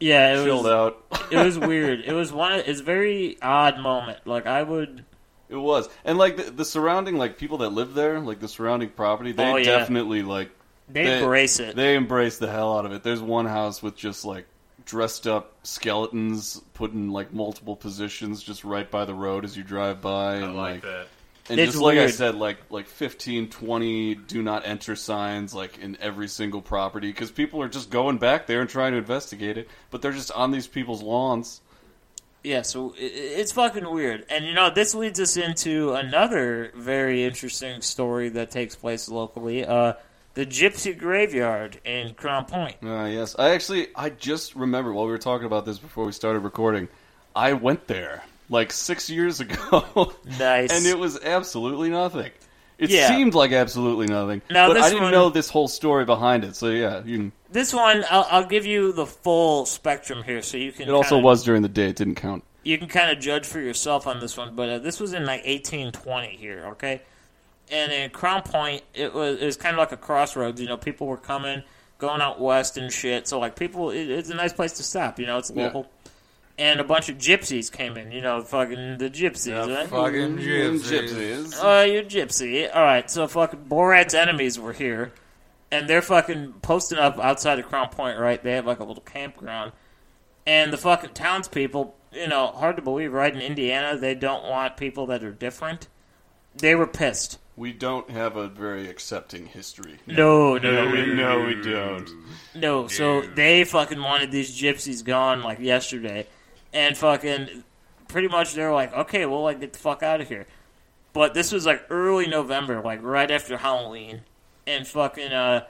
Yeah, it chilled was out. it was weird. It was one. It's a very odd moment. Like I would. It was, and like the, the surrounding, like people that live there, like the surrounding property, they Oh, yeah. definitely like They embrace it. They embrace the hell out of it. There's one house with just like dressed up skeletons put in like multiple positions just right by the road as you drive by. I And, like that. And It's just like I weird. said, like like 15, 20 do not enter signs like in every single property because people are just going back there and trying to investigate it, but they're just on these people's lawns. Yeah, so i- i- it's fucking weird. And you know, this leads us into another very interesting story that takes place locally. Uh, the Gypsy Graveyard in Crown Point. Uh, yes, I actually I just remember while we were talking about this before we started recording, I went there like six years ago. Nice. and it was absolutely nothing. It Yeah. seemed like absolutely nothing. Now, but this I didn't one- know this whole story behind it. So yeah, you can, this one, I'll, I'll give you the full spectrum here, so you can. it also kinda, was during the day. It didn't count. You can kind of judge for yourself on this one, but uh, this was in like 1820 here, okay? And in Crown Point, it was it was kind of like a crossroads. You know, people were coming, going out west and shit. So like people, it, it's a nice place to stop. You know, it's Yeah. local. And a bunch of gypsies came in. You know, fucking the gypsies, right? Fucking Mm, gypsies. Gypsies. Oh, you're gypsy. All right, so fucking Borat's enemies were here, and they're fucking posted up outside of Crown Point, right? They have like a little campground, and the fucking townspeople, you know, hard to believe, right? In Indiana, they don't want people that are different. They were pissed. We don't have a very accepting history. No, no, no, we, no, we don't. no. So they fucking wanted these gypsies gone like yesterday, and fucking pretty much they were like, okay, well, like get the fuck out of here. But this was like early November, like right after Halloween, and fucking uh,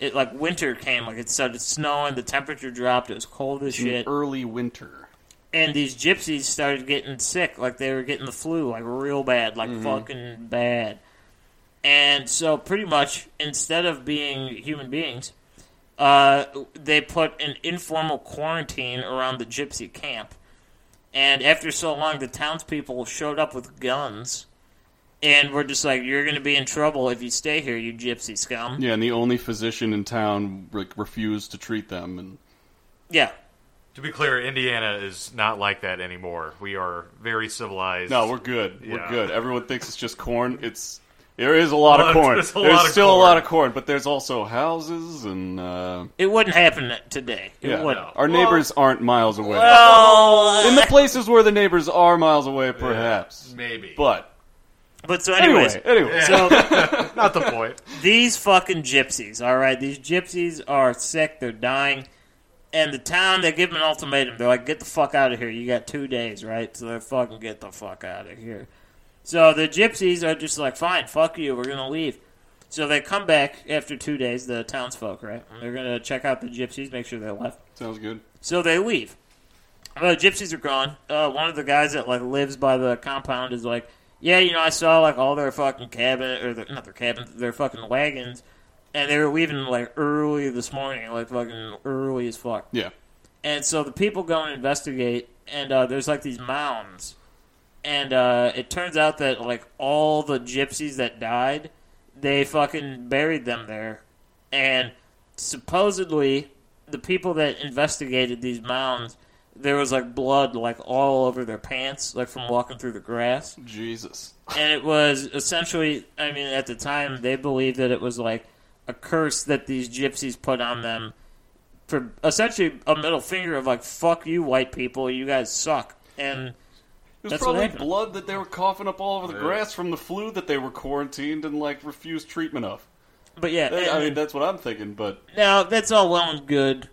it like winter came, like it started snowing, the temperature dropped, it was cold as shit, Early winter. and these gypsies started getting sick, like they were getting the flu, like real bad, like Mm-hmm. fucking bad. And so, pretty much, instead of being human beings, uh, they put an informal quarantine around the gypsy camp. And after so long, the townspeople showed up with guns and were just like, You're going to be in trouble if you stay here, you gypsy scum. Yeah, and the only physician in town like, refused to treat them, and Yeah. To be clear, Indiana is not like that anymore. We are very civilized. No, we're good. We're Yeah. good. Everyone thinks it's just corn. It's there is a lot of corn. there's There's, a lot of still a corn. lot of corn, but there's also houses and uh, It wouldn't happen today. It yeah. wouldn't. Our neighbors aren't miles away. Oh, In the places where the neighbors are miles away, perhaps. Maybe. But But so, anyway, anyways, anyway, so Not the point. these fucking gypsies, all right? These gypsies are sick. They're dying. And the town, they give them an ultimatum. They're like, get the fuck out of here. You got two days, right? So they're fucking get the fuck out of here. So the gypsies are just like, fine, fuck you. We're going to leave. So they come back after two days, the townsfolk, right? And they're going to check out the gypsies, make sure they left. sounds good. So they leave. Uh, The gypsies are gone. Uh, one of the guys that like lives by the compound is like, yeah, you know, I saw like all their fucking cabin or their, not their cabins, their fucking wagons, and they were leaving like early this morning, like fucking early as fuck. Yeah. And so the people go and investigate, and uh, there's like these mounds, and uh, it turns out that like all the gypsies that died, they fucking buried them there, and supposedly the people that investigated these mounds, there was like blood like all over their pants, like from walking through the grass, Jesus. and it was essentially, I mean, at the Hmm. time they believed that it was like a curse that these gypsies put on them. For Hmm. essentially a middle finger of like, fuck you, white people, you guys suck. And It was That's what probably happened. blood that they were coughing up all over the grass from the flu that they were quarantined and like refused treatment of. But yeah, That- I and- mean, that's what I'm thinking. But now that's all well and good,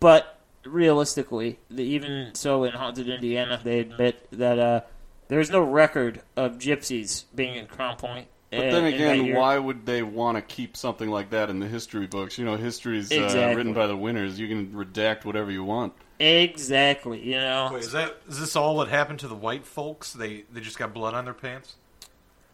but realistically, the, even so, in haunted Indiana, they admit that uh, there is no record of gypsies being in Crown Point. eh, but then again, why would they want to keep something like that in the history books? You know, history's uh, Exactly. written by the winners. You can redact whatever you want. Exactly, you know. Wait, is that is this all that happened to the white folks? They they just got blood on their pants.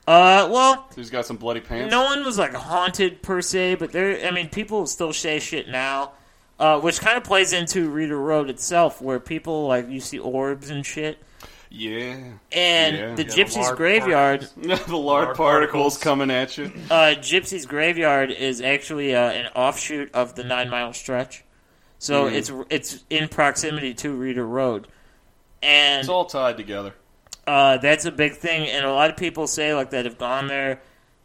Uh, well, So he's got some bloody pants. no one was like haunted per se, but there. I mean, people still say shit now, uh, which kind of plays into Reader Road itself, where people like you see orbs and shit, Yeah. and Yeah. the Yeah, gypsies' lard graveyard. the lard, Lard particles particles. coming at you. uh, Gypsy's Graveyard is actually uh, an offshoot of the Nine Mile Stretch, so it's it's in proximity to Reader Road, and It's all tied together. uh, that's a big thing. And a lot of people say like that have gone there,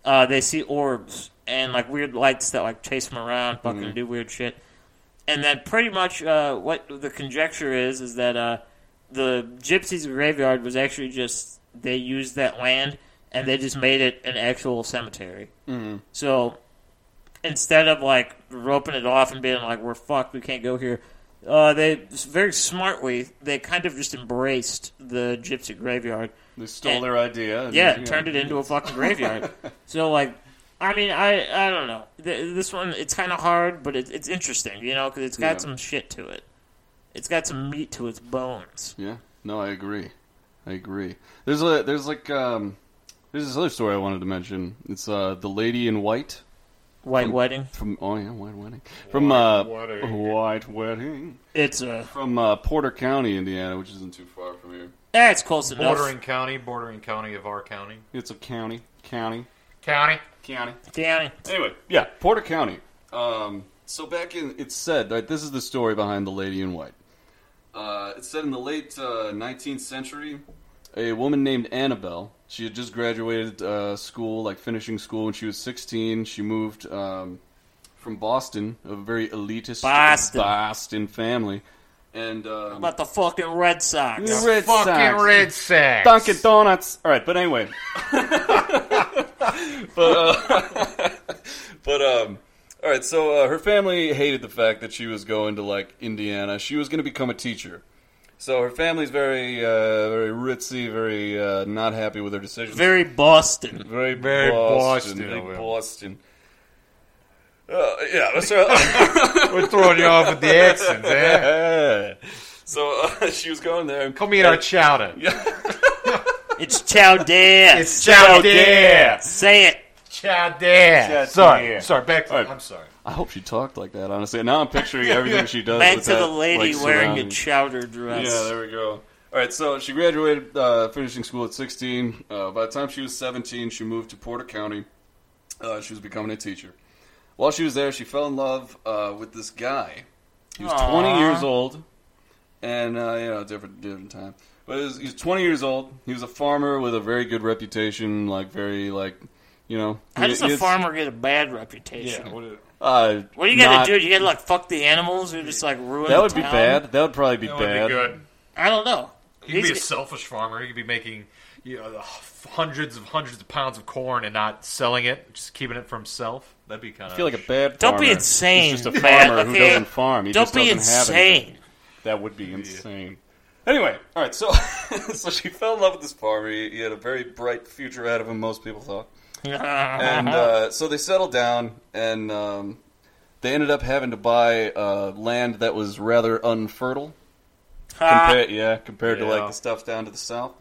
uh, they see orbs and like weird lights that like chase them around, fucking do weird shit. And then pretty much uh, what the conjecture is is that uh, the Gypsy's Graveyard was actually just they used that land and they just made it an actual cemetery. So instead of like roping it off and being like we're fucked, we can't go here, uh, they very smartly they kind of just embraced the gypsy graveyard. They stole And- their idea. And, Yeah, you know. turned it into a fucking graveyard. so like, I mean, I I don't know. Th- This one it's kind of hard, but it, it's interesting, you know, because it's got Yeah. some shit to it. It's got some meat to its bones. Yeah. No, I agree. I agree. There's a there's like um there's this other story I wanted to mention. It's uh the lady in white White wedding. from oh yeah white wedding from uh white wedding It's a from uh, Porter County, Indiana, which isn't too far from here. that's close enough. Bordering county, bordering county of our county. It's a county, county, County. county. County. Anyway, yeah, Porter County. Um, so back in, it's said, right, this is the story behind the lady in white. Uh, it said in the late uh, 19th century, a woman named Annabelle, she had just graduated uh, school, like finishing school when she was 16. She moved um, from Boston, a very elitist Boston. Boston family. And um, About the fucking Red Sox. the Red Sox. Red Sox. Dunkin' Donuts. All right, but anyway. but uh, but um, all right. So uh, her family hated the fact that she was going to like Indiana. She was going to become a teacher. So her family's very uh, very ritzy, very uh, not happy with her decision. Very Boston. very very Boston, Boston, big yeah. Boston. Uh, yeah, so We're throwing you off with the accents, eh? so uh, she was going there. Come eat our chowder. It's chow dare. It's chowder. Say it. Chowder. Sorry, sorry. Back. All right. I'm sorry. I hope she talked like that. Honestly, now I'm picturing everything she does. Back with to the that, lady like, wearing a surrounding. chowder dress. Yeah, there we go. All right, so she graduated, uh, finishing school at 16. Uh, by the time she was 17, she moved to Porter County. Uh, she was becoming a teacher. While she was there, she fell in love uh, with this guy. He was 20 years old, and uh, you know, different different time. But he was, he was 20 years old. He was a farmer with a very good reputation, like very like, you know. How does he- a he's- farmer get a bad reputation? what, Uh, do you gotta not- do? You gotta like fuck the animals or just like ruin That the would be town? bad. That would probably be That would bad. be good. I don't know. He could be a He's- selfish farmer. He could be making you know, the h- hundreds of hundreds of pounds of corn and not selling it, just keeping it for himself. That'd be kind I of. feel like a bad. Don't be farmer. insane, He's just a Matt, farmer who okay? doesn't farm. He Don't just be doesn't Have anything. insane. That would be insane. Anyway, all right. So, so she fell in love with this farmer. He, he had a very bright future ahead of him. Most people thought, and Uh-huh. uh, so they settled down, and um, they ended up having to buy uh, land that was rather unfertile. Ah, Compare, yeah, compared to like Yeah. the stuff down to the south.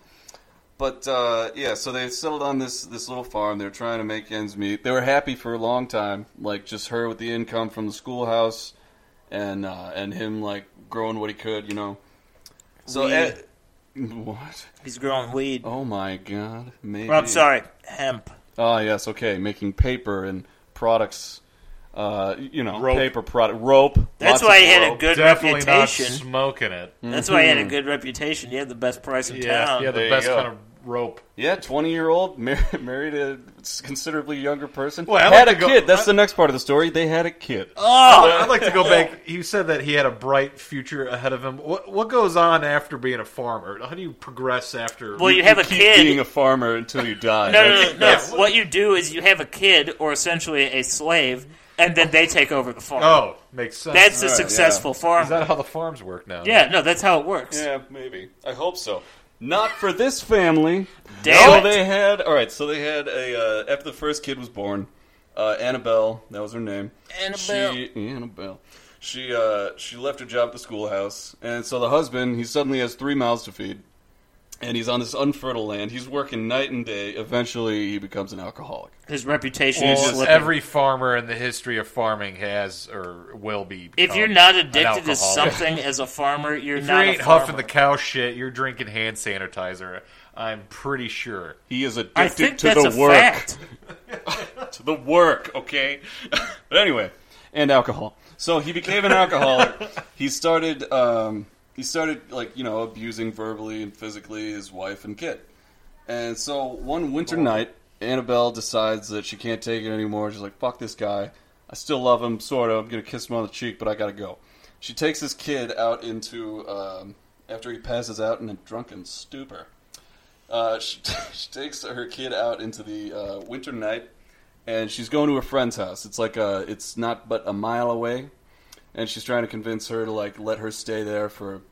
But uh, yeah, so they settled on this this little farm. They were trying to make ends meet. They were happy for a long time, like just her with the income from the schoolhouse, and uh, and him like growing what he could, you know. So Weed. eh, what? He's growing weed. Oh my God! Maybe. Well, I'm sorry, hemp. Oh yes, okay. Making paper and products. Uh, you know, Rope. paper product rope. That's lots of why he had a rope. good Definitely not reputation. smoking it. That's why he had a good reputation. He had the best price in Yeah, town. Mm. yeah, the There you best go. kind of rope. Yeah, twenty year old mar- married a considerably younger person. Well, I had like a to go- kid. That's I- the next part of the story. They had a kid. Oh, I'd like to go back. You said that he had a bright future ahead of him. What what goes on after being a farmer? How do you progress after? Well, you have a keep kid. being a farmer until you die. No, no, That's- no. no. What you do is you have a kid, or essentially a slave, and then they take over the farm. oh, makes sense. that's a Alright, successful farm. Is that how the farms work now? yeah, no, that's how it works. Yeah, maybe. I hope so. Not for this family. Damn so it. they had all right. So they had a uh, after the first kid was born, uh, Annabelle. That was her name. Annabelle. She, Annabelle. She uh, she left her job at the schoolhouse, and so the husband he suddenly has three mouths to feed, and he's on this unfertile land. He's working night and day. Eventually, he becomes an alcoholic. His reputation is Well, slipping. every farmer in the history of farming has or will be. if become you're not Oh, an addicted to alcoholic. something as a farmer, you're if you not ain't a farmer. huffing the cow shit, you're drinking hand sanitizer. I'm pretty sure. He is addicted I think to that's the a work. fact. to the work, okay? but anyway, and alcohol. So he became an alcoholic. he started, um, he started like you know abusing verbally and physically his wife and kid. And so one winter night, Annabelle decides that she can't take it anymore. She's like, "Fuck this guy. I still love him, sort of. I'm gonna kiss him on the cheek, but I gotta go." She takes this kid out into um, after he passes out in a drunken stupor. Uh, she, she takes her kid out into the uh, winter night, and she's going to her friend's house. It's like a, it's not but a mile away, and she's trying to convince her to like let her stay there for,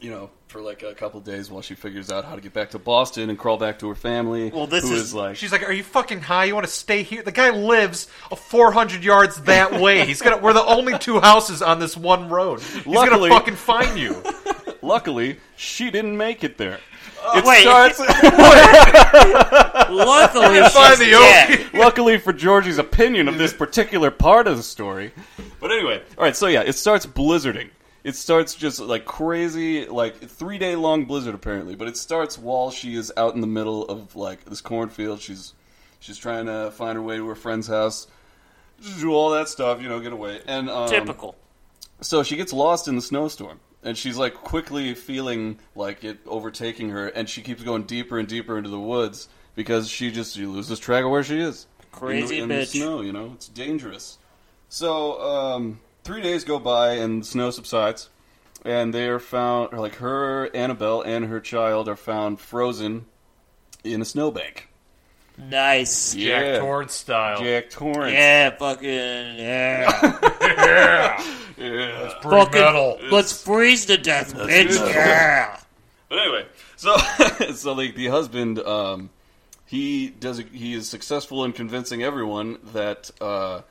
you know, for like a couple days while she figures out how to get back to Boston and crawl back to her family. Well, this who is- like She's like, "Are you fucking high? You want to stay here? The guy lives 400 yards that way. He's gonna. We're the only two houses on this one road. He's Luckily- gonna fucking find you." luckily she didn't make it there. it Uh, wait. starts. Luckily, she's find the dead. Luckily for Georgie's opinion of this particular part of the story. But anyway, all right. So yeah, it starts blizzarding. It starts just like crazy, like three day long blizzard apparently. But it starts while she is out in the middle of like this cornfield. She's she's trying to find her way to her friend's house, just do all that stuff, you know, get away. And um, Typical. so she gets lost in the snowstorm, and she's like quickly feeling like it overtaking her, and she keeps going deeper and deeper into the woods because she just she loses track of where she is. Crazy in the, in bitch. The snow, you know, it's dangerous. So um, three days go by, and the snow subsides, and they are found. Like her, Annabelle, and her child are found frozen in a snowbank. Nice. Yeah, Yeah. Jack Torrance style. Jack Torrance. fucking yeah. Yeah. Pretty fucking, metal. Let's freeze to death, bitch. metal. Yeah. But anyway, so so like the husband, um, he does he is successful in convincing everyone that uh,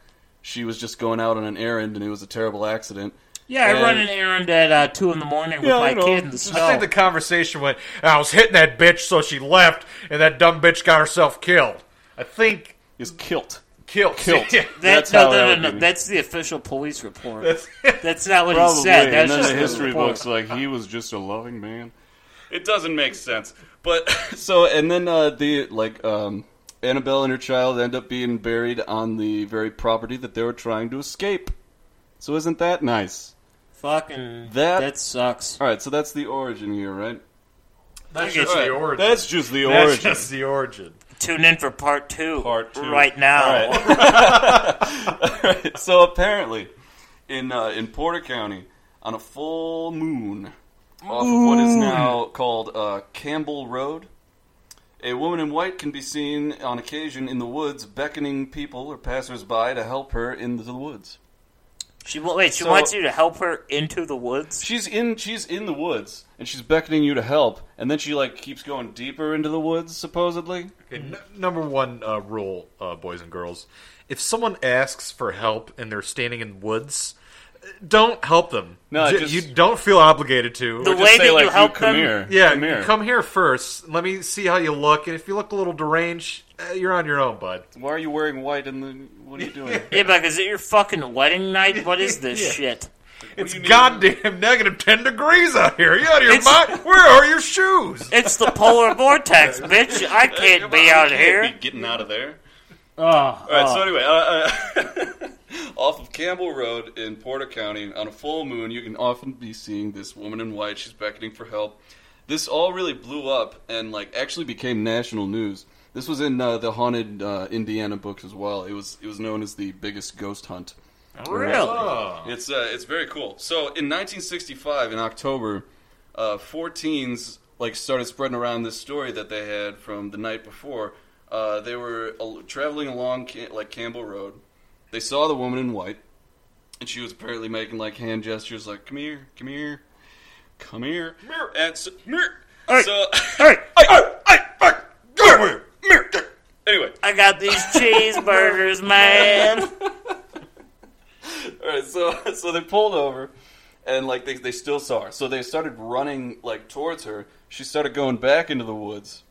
she was just going out on an errand and it was a terrible accident. Yeah, I And- run an errand at uh, two in the morning with Yeah, my you know, kid in the I snow. think the conversation went. I was hitting that bitch, so she left, and that dumb bitch got herself killed. I think Is kilt. killed. Kilt. Yeah. That- That's no, how no, that no, would no, be. That's the official police report. That's, That's- not what Probably. he said. That's and then just the history report. books like he was just a loving man. It doesn't make sense. But so and then uh, the like um, Annabelle and her child end up being buried on the very property that they were trying to escape. So isn't that nice? Fucking That- that, sucks. All right, so that's the origin here, right? It's That's just All the right, origin. That's just the That's origin. just the origin. Tune in for part two, Part two. right now. so apparently, in uh, in Porter County, on a full moon, off of what is now called uh, Campbell Road, a woman in white can be seen on occasion in the woods beckoning people or passersby to help her into the woods. She wa- wait. She So- wants you to help her into the woods. She's in she's in the woods and she's beckoning you to help, and then she like keeps going deeper into the woods, supposedly. Okay, n- number one uh, rule, uh, boys and girls: if someone asks for help and they're standing in the woods, don't help them. No, J- just- you don't feel obligated to. The Just way say, that like, you help come them. here. yeah, come here. come here first. Let me see how you look, and if you look a little deranged, uh, you're on your own, bud. Why are you wearing white? And the what are you doing? Yeah, like, is it your fucking wedding night? What is this shit? It's you mean? goddamn negative ten degrees out here. You out of your It's- mind? Where are your shoes? It's the polar vortex, bitch. I can't be out here. getting out of there. Oh, All right. So anyway, uh, uh, off of Campbell Road in Porter County, on a full moon, you can often be seeing this woman in white. She's beckoning for help. This all really blew up and like actually became national news. This was in uh, the haunted uh, Indiana books as well. It was it was known as the biggest ghost hunt. Really? It's uh, it's very cool. So in 1965, in October, uh, four teens like started spreading around this story that they had from the night before. Uh, they were al- traveling along Ca- like Campbell Road. They saw the woman in white, and she was apparently making like hand gestures, like "Come here, come here, come here, come here." And so, come here. so Hey, Hey, hey, hey, come here, come here. come here. Anyway, I got these cheeseburgers, man. All right, so so they pulled over, and like they they still saw her. So they started running like towards her. She started going back into the woods,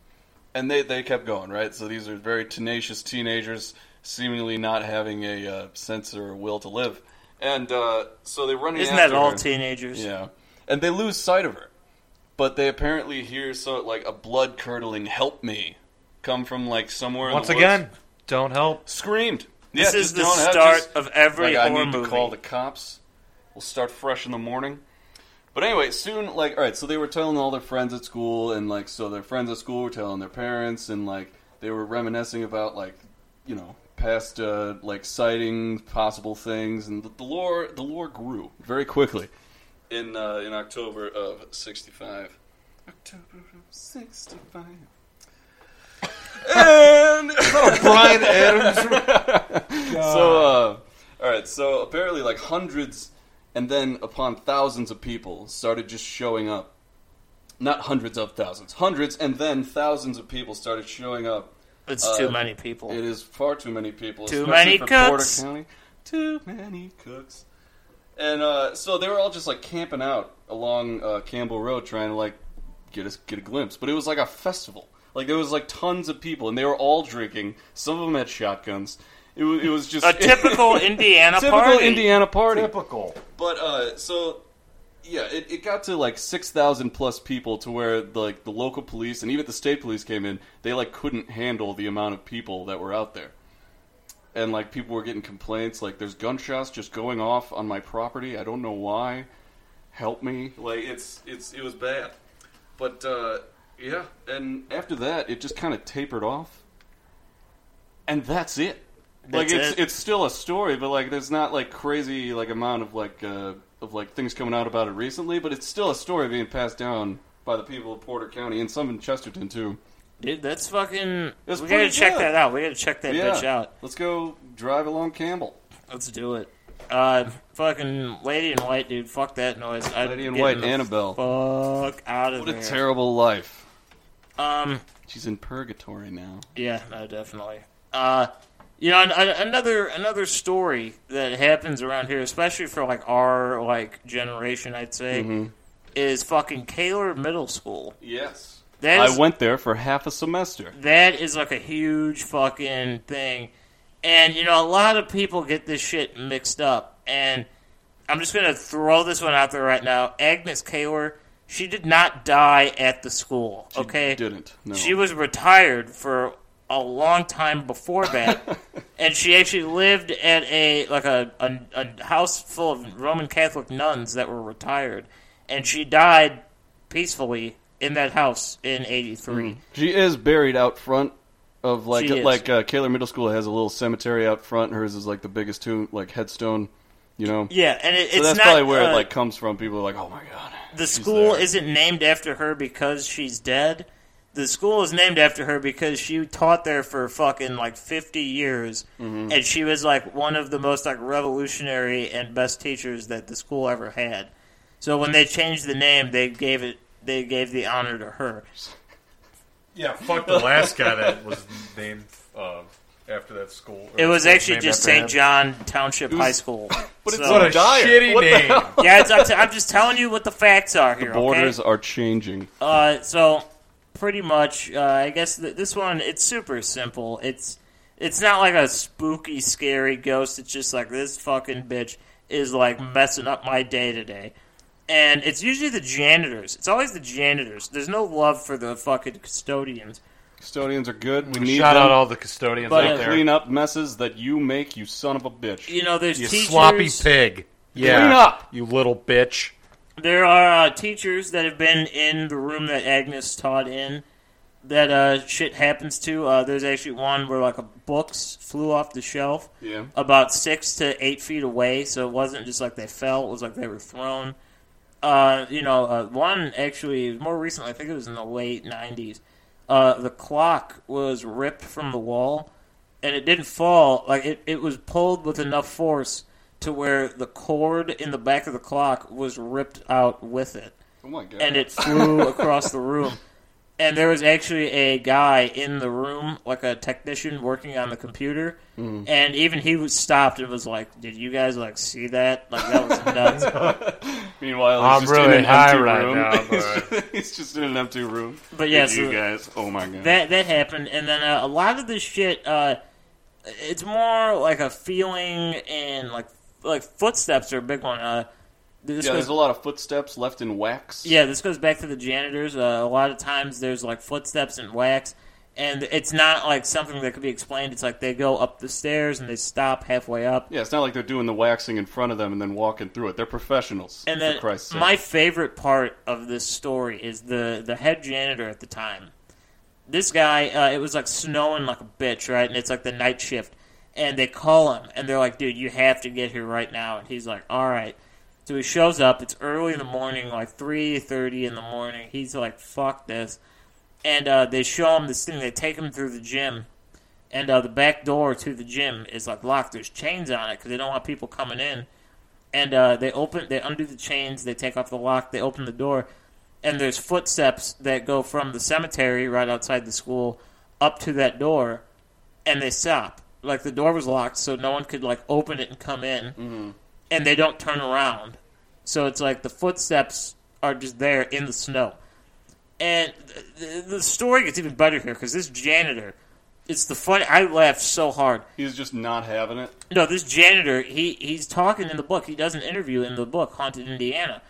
and they they kept going. Right. So these are very tenacious teenagers, seemingly not having a uh, sense or will to live. And uh, so they running. Isn't after that all her. teenagers? Yeah, and they lose sight of her, but they apparently hear so like a blood curdling "Help me!" come from like somewhere. in Once the woods. again, don't help. screamed. This Yeah, is just the don't have- start just- of every like, I horror need movie. to call the cops. We'll start fresh in the morning. But anyway, soon, like, all right, so they were telling all their friends at school, and, like, so their friends at school were telling their parents, and, like, they were reminiscing about, like, you know, past, uh, like, sightings, possible things, and the, the lore, the lore grew very quickly in, uh, in October of 65. October of 65. and. Brian Adams. So, uh, all right. So apparently, like hundreds, and then upon thousands of people started just showing up. Not hundreds of thousands, hundreds, and then thousands of people started showing up. It's too many people. Uh, It is far too many people. Too especially many for Porter cooks. County. Too many cooks. And uh, so they were all just like camping out along uh, Campbell Road, trying to like get us get a glimpse. But it was like a festival. Like there was like tons of people, and they were all drinking. Some of them had shotguns. It was, it was just A typical Indiana typical party. Indiana party. Typical. But uh, so yeah, it, it got to like six thousand plus people to where like the local police and even the state police came in. They like couldn't handle the amount of people that were out there, and like people were getting complaints like there's gunshots just going off on my property. I don't know why. Help me! Like it's it's it was bad, but uh, yeah. And after that, it just kind of tapered off, and that's it. Like That's it's it. it's still a story, but like there's not like crazy like amount of like uh, of like things coming out about it recently, but it's still a story being passed down by the people of Porter County and some in Chesterton too. Dude, that's fucking. It's we gotta pretty check good. that out. We gotta check that Yeah, bitch out. let's go drive along Campbell. Let's do it. Uh, fucking lady in white, dude. Fuck that noise. I'm Lady in getting White, the Annabelle. Fuck out of What a there. terrible life. um, She's in purgatory now. yeah, no, definitely. Uh, you know, an, an- another another story that happens around here, especially for like our like generation, I'd say, Mm-hmm. is fucking Kaler Middle School. Yes. That is I went there for half a semester. that is like a huge fucking thing. And you know, a lot of people get this shit mixed up. And I'm just gonna throw this one out there right now. Agnes Kaler, she did not die at the school. okay, didn't, no. She was retired for a long time before that, and she actually lived at a like a, a a house full of Roman Catholic nuns that were retired, and she died peacefully in that house in '83. She is buried out front of like She is. like uh, Kaler Middle School has a little cemetery out front. Hers is like the biggest tomb, like headstone. You know. Yeah, and it, it's So that's not, probably where uh, it like comes from. People are like, "Oh my god." the school there. isn't named after her because she's dead. The school is named after her because she taught there for fucking like fifty years, Mm-hmm. and she was like one of the most like revolutionary and best teachers that the school ever had. So when they changed the name, they gave it they gave the honor to her. Yeah, fuck the last guy that was named uh, after that school. It was actually named just after St. him. John Township High School. But it's So- What a Dyer. shitty What the name. yeah, it's, I'm, t- I'm just telling you what the facts are here. okay? Borders are changing. Uh, so pretty much, uh, I guess th- this one it's super simple. It's it's not like a spooky, scary ghost. It's just like this fucking bitch is like messing up my day today. And it's usually the janitors. It's always the janitors. There's no love for the fucking custodians. Custodians are good. We need Shout them. out all the custodians But, uh, out to there. clean up messes that you make, you son of a bitch. You know, there's You teachers. sloppy pig. Yeah. Clean up. You little bitch. There are uh, teachers that have been in the room that Agnes taught in that uh, shit happens to. Uh, there's actually one where like a books flew off the shelf Yeah. about six to eight feet away, so it wasn't just like they fell; it was like they were thrown. Uh, you know, uh, one actually more recently, I think it was in the late '90s. Uh, the clock was ripped from the wall, and it didn't fall. Like it, it was pulled with enough force to where the cord in the back of the clock was ripped out with it Oh my god. and it flew across the room. And there was actually a guy in the room, like a technician working on the computer, and even he was stopped and was like, "Did you guys like see that? Like that was nuts." Meanwhile, he's I'm just really in an high empty right room. now, he's, just, he's just in an empty room. But yeah, With you so- guys. Oh my god. that that happened, and then uh, a lot of this shit, uh, it's more like a feeling and like like footsteps are a big one. Uh, this yeah, was- there's a lot of footsteps left in wax. Yeah, this goes back to the janitors. Uh, a lot of times there's like footsteps and wax, and it's not like something that could be explained. It's like they go up the stairs and they stop halfway up. Yeah, it's not like they're doing the waxing in front of them and then walking through it. They're professionals. And for then Christ's sake. my favorite part of this story is the the head janitor at the time. This guy, uh, it was like snowing like a bitch, right? And it's like the night shift, and they call him and they're like, "Dude, you have to get here right now." And he's like, "All right." So he shows up. It's early in the morning, like three thirty in the morning. He's like, "Fuck this," and uh, they show him this thing. They take him through the gym, and uh, the back door to the gym is like locked. There's chains on it because they don't want people coming in and uh, they open they undo the chains they take off the lock they open the door and there's footsteps that go from the cemetery right outside the school up to that door and they stop like the door was locked so no one could like open it and come in and they don't turn around so it's like the footsteps are just there in the snow and the, the story gets even better here because this janitor it's the fun i laughed so hard he's just not having it. no, this janitor, he he's talking in the book. He does an interview in the book, Haunted Indiana,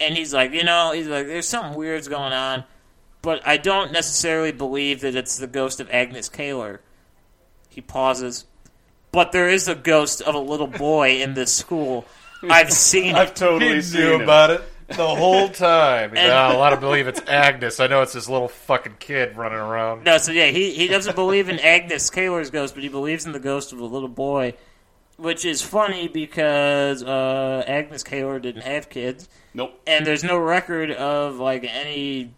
and he's like, you know, he's like, there's something weird's going on, but I don't necessarily believe that it's the ghost of Agnes Kaler. He pauses, but there is a ghost of a little boy in this school. I've seen I've it. totally He seen knew it. about it the whole time. He's like, And- "Ah, a lot of believe it's Agnes. I know it's this little fucking kid running around. No, so yeah, he, he doesn't believe in Agnes Kaler's ghost, but he believes in the ghost of a little boy, which is funny because uh, Agnes Kaler didn't have kids. Nope. and there's no record of like anything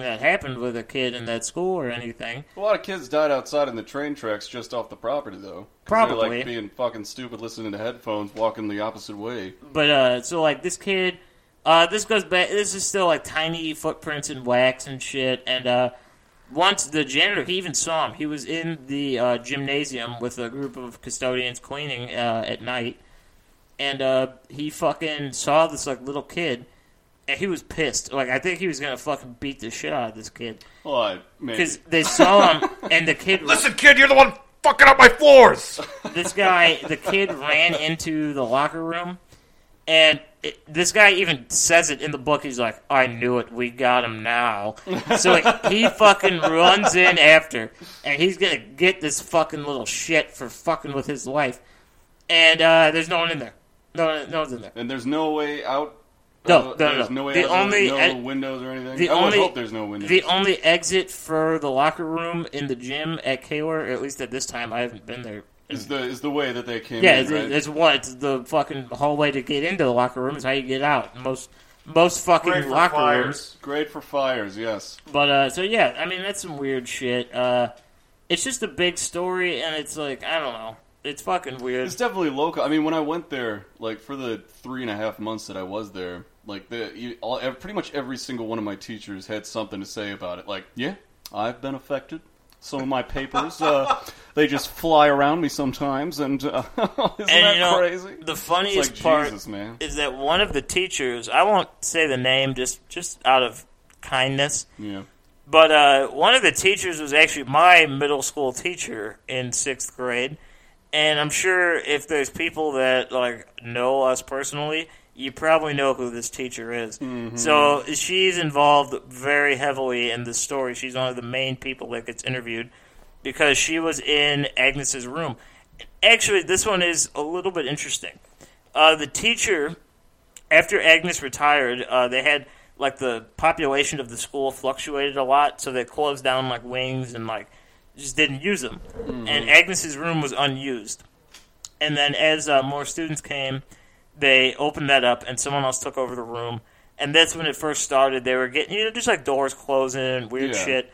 that happened with a kid in that school or anything. A lot of kids died outside in the train tracks just off the property, though. 'Cause Probably. They're, like being fucking stupid, listening to headphones, walking the opposite way. But uh, so like this kid, uh, this goes back. This is still like tiny footprints and wax and shit. And uh, once the janitor, he even saw him. He was in the uh, gymnasium with a group of custodians cleaning uh, at night, and uh, he fucking saw this like little kid, and he was pissed. Like I think he was gonna fucking beat the shit out of this kid Well, I mean, because they saw him, and the kid Listen, kid, you're the one fucking up my floors. this guy, the kid ran into the locker room, and it, this guy even says it in the book. He's like, "I knew it. We got him now." So he fucking runs in after, and he's gonna get this fucking little shit for fucking with his life. And uh, there's no one in there. No, one- no one's in there. and there's no way out. No, uh, no, no, there's no. no way The out. only- no I- windows or anything. the I would only- hope there's no windows. The only exit for the locker room in the gym at Kaler, or at least at this time, I haven't been there. is the is the way that they came. Yeah, in, it's, right? it's what it's the fucking hallway to get into the locker room is how you get out. Most most fucking Great for locker fires. rooms. great for fires. Yes. But uh, so yeah, I mean that's some weird shit. Uh, it's just a big story, and it's like I don't know, it's fucking weird. It's definitely local. I mean, when I went there, like for the three and a half months that I was there, like the you, all, ev- pretty much every single one of my teachers had something to say about it. Like, yeah, I've been affected. Some of my papers, uh, they just fly around me sometimes, and uh, and isn't that you know, crazy? the It's funniest like part Jesus, man. is that one of the teachers, I won't say the name, just just out of kindness, yeah, But uh, one of the teachers was actually my middle school teacher in sixth grade, and I'm sure if there's people that like know us personally, you probably know who this teacher is. So she's involved very heavily in this story. She's one of the main people that gets interviewed because she was in Agnes's room. Actually, this one is a little bit interesting. Uh, the teacher after Agnes retired, uh, they had like the population of the school fluctuated a lot, so they closed down like wings and like just didn't use them. And Agnes's room was unused. And then as uh, more students came, they opened that up, and someone else took over the room. And that's when it first started. They were getting you know just like doors closing, weird Yeah. shit.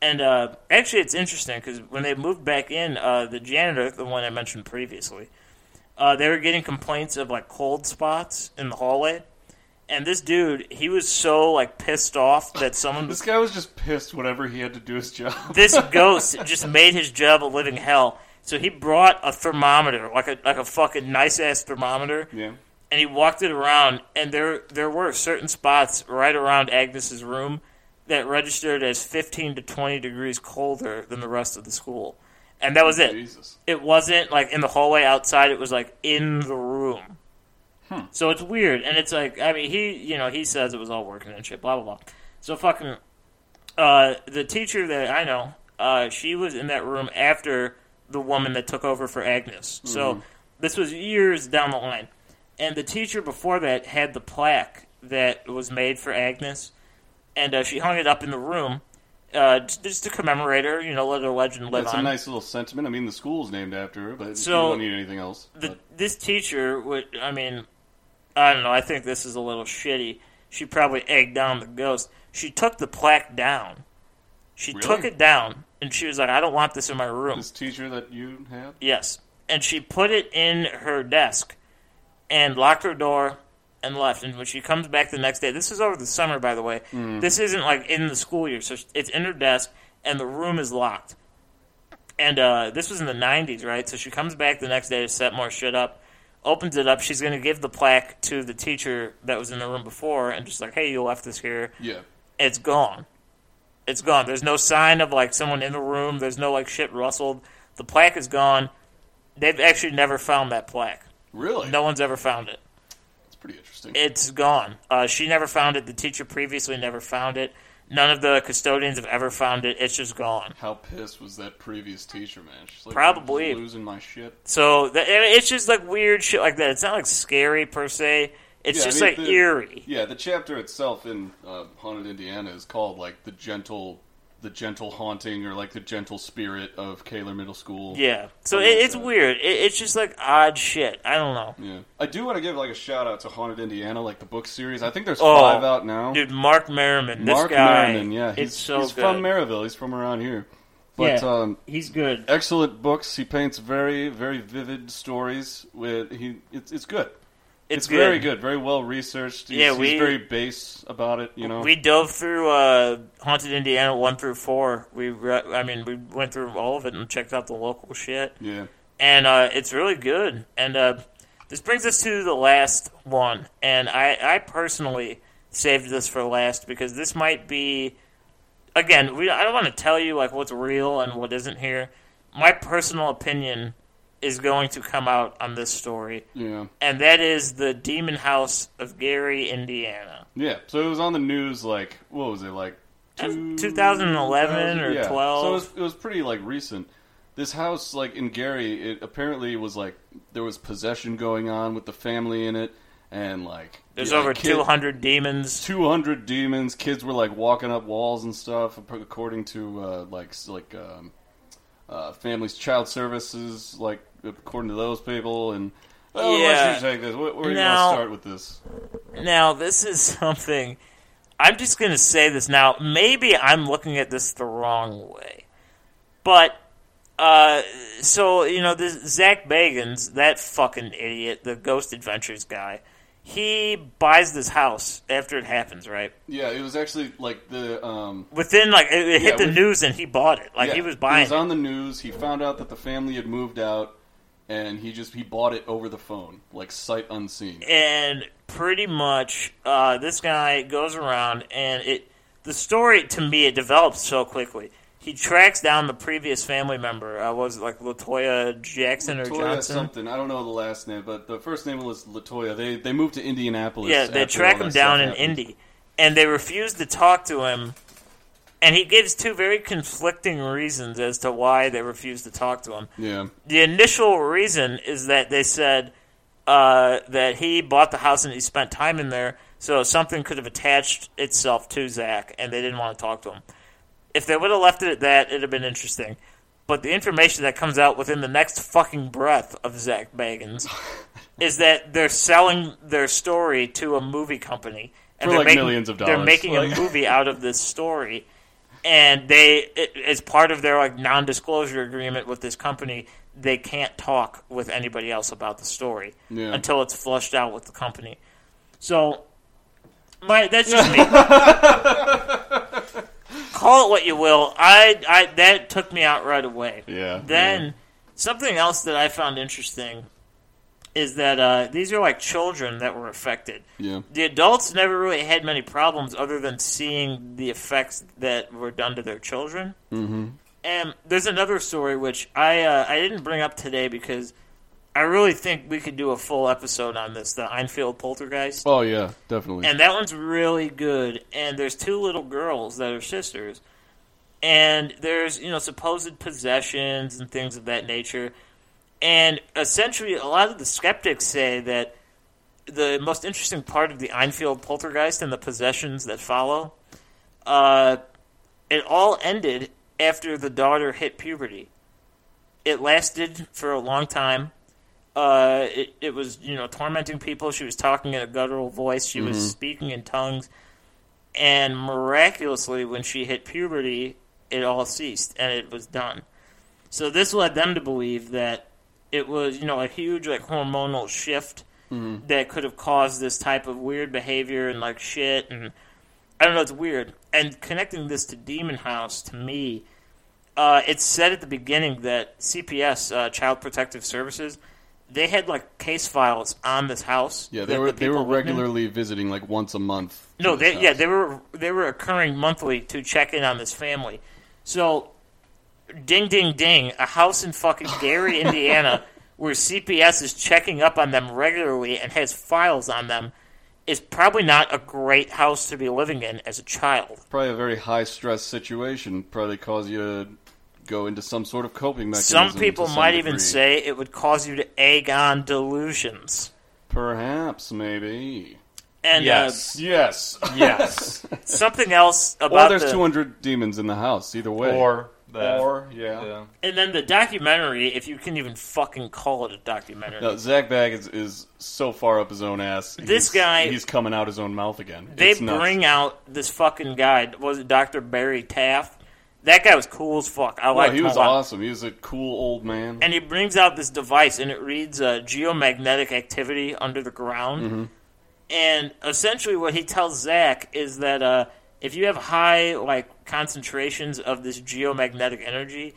And uh, actually, it's interesting because when they moved back in, uh, the janitor, the one I mentioned previously, uh, they were getting complaints of like cold spots in the hallway. And this dude, he was so like pissed off that someone This guy was just pissed whenever he had to do his job. this ghost just made his job a living hell. So he brought a thermometer, like a like a fucking nice ass thermometer, Yeah. and he walked it around. And there there were certain spots right around Agnes's room that registered as 15 to 20 degrees colder than the rest of the school, and that was it. Jesus. It wasn't like in the hallway outside. It was like in Mm. the room. So it's weird, and it's like I mean he you know he says it was all working and shit blah blah blah. So fucking uh, the teacher that I know, uh, she was in that room after the woman that took over for Agnes. Mm-hmm. So this was years down the line. And the teacher before that had the plaque that was made for Agnes, and uh, she hung it up in the room uh, j- just to commemorate her, you know, let her legend live That's on. a nice little sentiment. I mean, the school's named after her, but So, you don't need anything else. the, But this teacher would i mean i don't know i think this is a little shitty she probably egged on the ghost she took the plaque down she Really? took it down and she was like i don't want this in my room this teacher that you had, yes and she put it in her desk and locked her door and left and when she comes back the next day this is over the summer by the way this isn't like in the school year so it's in her desk and the room is locked and uh, this was in the 90s, right? So she comes back the next day to set more shit up, opens it up. She's going to give the plaque to the teacher that was in the room before and just like, hey, you left this here. yeah, It's gone. It's gone. There's no sign of like someone in the room. There's no like shit rustled. The plaque is gone. They've actually never found that plaque. really, No one's ever found it. that's pretty interesting. It's gone. Uh, she never found it. The teacher previously never found it. None of the custodians have ever found it. It's just gone. How pissed was that previous teacher, man? She's like, Probably. "I'm losing my shit. So that, I mean, it's just like weird shit like that. It's not like scary per se. It's Yeah, I just mean, like the- eerie. Yeah, the chapter itself in uh, Haunted Indiana is called like the gentle, the gentle haunting, or like the gentle spirit of Kaler Middle School. Yeah. So it, Something like it's that. weird. It, it's just like odd shit. I don't know. Yeah. I do want to give like a shout out to Haunted Indiana, like the book series. I think there's Oh, five out now. Dude, Mark Merriman, this Mark guy, Merriman, yeah, he's, it's so he's good. from Maryville. He's from around here. But Yeah. um, He's good. excellent books. He paints very, very vivid stories. With he, it's it's good. It's, very good, very well researched. He's, Yeah, he's we- very base about it. You know, We dove through uh, Haunted Indiana one through four. We, re- I mean, we went through all of it and checked out the local shit. yeah. and uh, it's really good. And uh, this brings us to the last one, and I, I personally saved this for last because this might be, again, we I don't want to tell you like what's real and what isn't here. My personal opinion is going to come out on this story, Yeah, and that is the Demon House of Gary, Indiana, yeah. So it was on the news, like what was it, like two- 2011 or yeah. 12. So it was, it was pretty like recent. This house, like in Gary, it apparently was like there was possession going on with the family in it, and like There's yeah, over kid- 200 demons. 200 demons. Kids were like walking up walls and stuff, according to uh, like s- like um, uh, families, child services, like according to those people. And oh, Yeah. yeah. should take this. Where, where do you Now- want to start with this? Now, this is something. I'm just going to say this now. Maybe I'm looking at this the wrong way. But, uh, so, you know, this Zach Bagans, that fucking idiot, the Ghost Adventures guy, he buys this house after it happens, right? Yeah, it was actually like the um, Within, like, it, it hit Yeah, the with- news and he bought it. Like, yeah, he was It buying was it. on the news. He found out that the family had moved out, and he just he bought it over the phone, like sight unseen. and pretty much uh, this guy goes around and it the story to me it develops so quickly he tracks down the previous family member uh, what was it like latoya jackson or Latoya johnson something. I don't know the last name, but the first name was Latoya. They they moved to Indianapolis. yeah they after track all that him stuff down in happened. indy and they refuse to talk to him and he gives two very conflicting reasons as to why they refuse to talk to him Yeah. the initial reason is that they said uh, that he bought the house and he spent time in there, so something could have attached itself to Zach, and they didn't want to talk to him. If they would have left it at that, it'd have been interesting. But the information that comes out within the next fucking breath of Zach Bagans is that they're selling their story to a movie company and For, they're like, making, millions of They're dollars. making Like- a movie out of this story, and they, it, as part of their like non-disclosure agreement with this company, they can't talk with anybody else about the story Yeah. until it's flushed out with the company. So, my that's just me. Call it what you will. I, I that took me out right away. Yeah, Then something else that I found interesting is that uh, these are like children that were affected. Yeah. The adults never really had many problems other than seeing the effects that were done to their children. Mm-hmm. And there's another story which I uh, I didn't bring up today because I really think we could do a full episode on this, the Einfield poltergeist. Oh yeah, definitely. And that one's really good. And there's two little girls that are sisters. And there's, you know, supposed possessions and things of that nature. And essentially, a lot of the skeptics say that the most interesting part of the Einfield poltergeist and the possessions that follow, uh, it all ended after the daughter hit puberty. It lasted for a long time uh, it, it was you know tormenting people. She was talking in a guttural voice. She was speaking in tongues, and miraculously, when she hit puberty, it all ceased and it was done. So this led them to believe that it was you know a huge like hormonal shift Mm-hmm. that could have caused this type of weird behavior and like shit and I don't know. It's weird. And connecting this to Demon House to me uh, it said at the beginning that CPS, uh, Child Protective Services, they had like case files on this house. yeah, they that were the they were people lived in. regularly visiting like once a month. to No, this they yeah house. they were they were occurring monthly to check in on this family. So, ding ding ding, a house in fucking Gary, Indiana, where CPS is checking up on them regularly and has files on them, is probably not a great house to be living in as a child. probably a very high stress situation. Probably cause you to go into some sort of coping mechanism. Some people to might even degree. say it would cause you to egg on delusions. perhaps maybe And Yes. yes. yes. uh, something else Or about there's the, 200 demons in the house. Either way, Or that. Or, yeah. and then the documentary, if you can even fucking call it a documentary. No, Zach Baggins is so far up his own ass. This He's- guy- he's coming out his own mouth again. they It's nuts. bring out this fucking guy. Was it Dr. Barry Taft? That guy was cool as fuck. I No, liked Oh, he him was a lot. awesome. He was a cool old man. And he brings out this device, and it reads uh, geomagnetic activity under the ground. Mm-hmm. And essentially, what he tells Zach is that uh, if you have high like concentrations of this geomagnetic energy,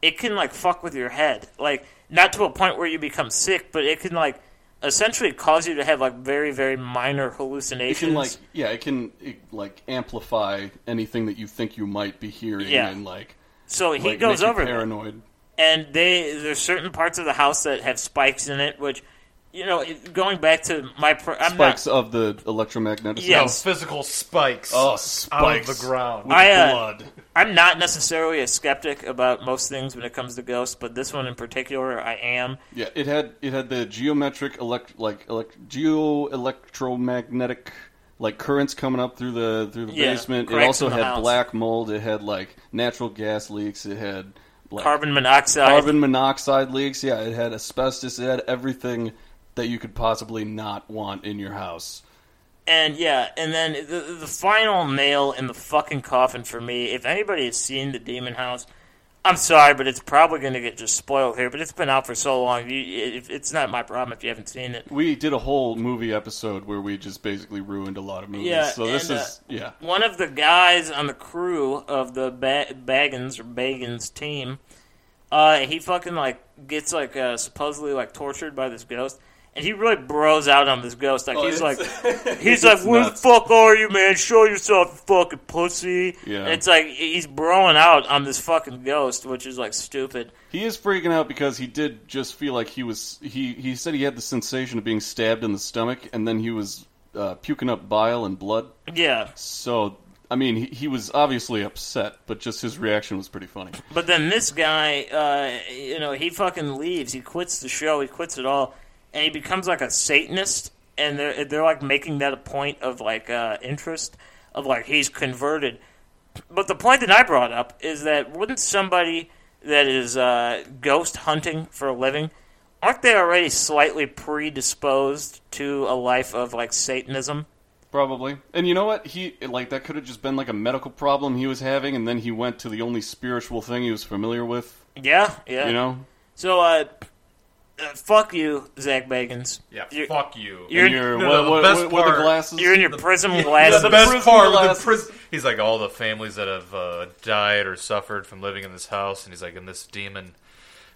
it can like fuck with your head. Like not to a point where you become sick, but it can like essentially cause you to have like very very minor it hallucinations. can like yeah, it can it, like amplify anything that you think you might be hearing Yeah. and like so he like, make goes you over there. paranoid. and they there's certain parts of the house that have spikes in it, which you know, it- going back to my pro- I'm Spikes not, of the electromagnetic. Yeah. No, physical spikes. Oh, out of spikes. the ground. I, uh, blood. I'm not necessarily a skeptic about most things when it comes to ghosts, but this one in particular, I am. Yeah, it had it had the geometric elect like elect geo electromagnetic like currents coming up through the through the Yeah, basement. It cracks also in the had house. black mold. It had like natural gas leaks. It had like Carbon monoxide. carbon monoxide leaks. Yeah, it had asbestos. It had everything that you could possibly not want in your house. And yeah, and then the, the final nail in the fucking coffin for me. If anybody has seen the Demon House, I'm sorry, but it's probably going to get just spoiled here. But it's been out for so long. You, it, it's not my problem if you haven't seen it. We did a whole movie episode where we just basically ruined a lot of movies. Yeah, so this and, uh, is yeah. one of the guys on the crew of the ba- Baggins or Baggins team, uh, he fucking like gets like uh, supposedly like tortured by this ghost, and he really bros out on this ghost. Like he's like, he's like, where the Oh, nuts. fuck are you, man? Show yourself, you fucking pussy. Yeah. And it's like he's broing out on this fucking ghost, which is like stupid. He is freaking out because he did just feel like he was. He he said he had the sensation of being stabbed in the stomach, and then he was uh, puking up bile and blood. Yeah, So I mean, he, he was obviously upset, but just his reaction was pretty funny. But then this guy, uh, you know, he fucking leaves. He quits the show. He quits it all. and he becomes like a Satanist, and they're they're like making that a point of like uh, interest of like he's converted. But the point that I brought up is that wouldn't somebody that is uh, ghost hunting for a living, aren't they already slightly predisposed to a life of like Satanism? Probably. And you know what? He like that could have just been like a medical problem he was having, and then he went to the only spiritual thing he was familiar with. Yeah, yeah. You know, So, uh, uh, fuck you, Zach Bagans. Yeah, You're- fuck you. You're, And your No, what, the what, best what- what are part- the glasses? you're in your prism Yeah, glasses. the best Prison part with glasses. the prison. He's like all the families that have uh, died or suffered from living in this house, and he's like, and this demon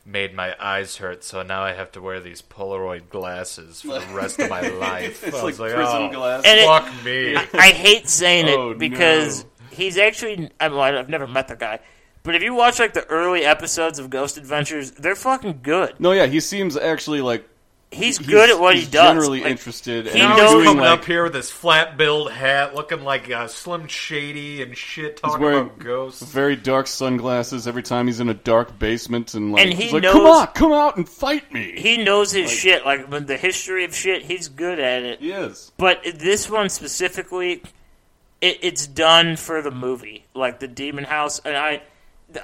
made my eyes hurt, so now I have to wear these Polaroid glasses for the rest of my life. it's I like was prison oh, glasses. And it- Fuck me. I hate saying Oh, it because he's actually. I mean, I've never met the guy, but if you watch like the early episodes of Ghost Adventures, they're fucking good. No, yeah, he seems actually like He's, good at what he's he does. Generally Like, interested. he and he's knows- doing, coming like, up here with his flat billed hat, looking like uh, Slim Shady and shit, talking wearing about ghosts. very dark sunglasses every time he's in a dark basement, and like And he he's like, knows- "Come on, come out and fight me." he knows his shit. Like but the history of shit, he's good at it. He is. But this one specifically, it, it's done for the movie, like the Demon House, and I,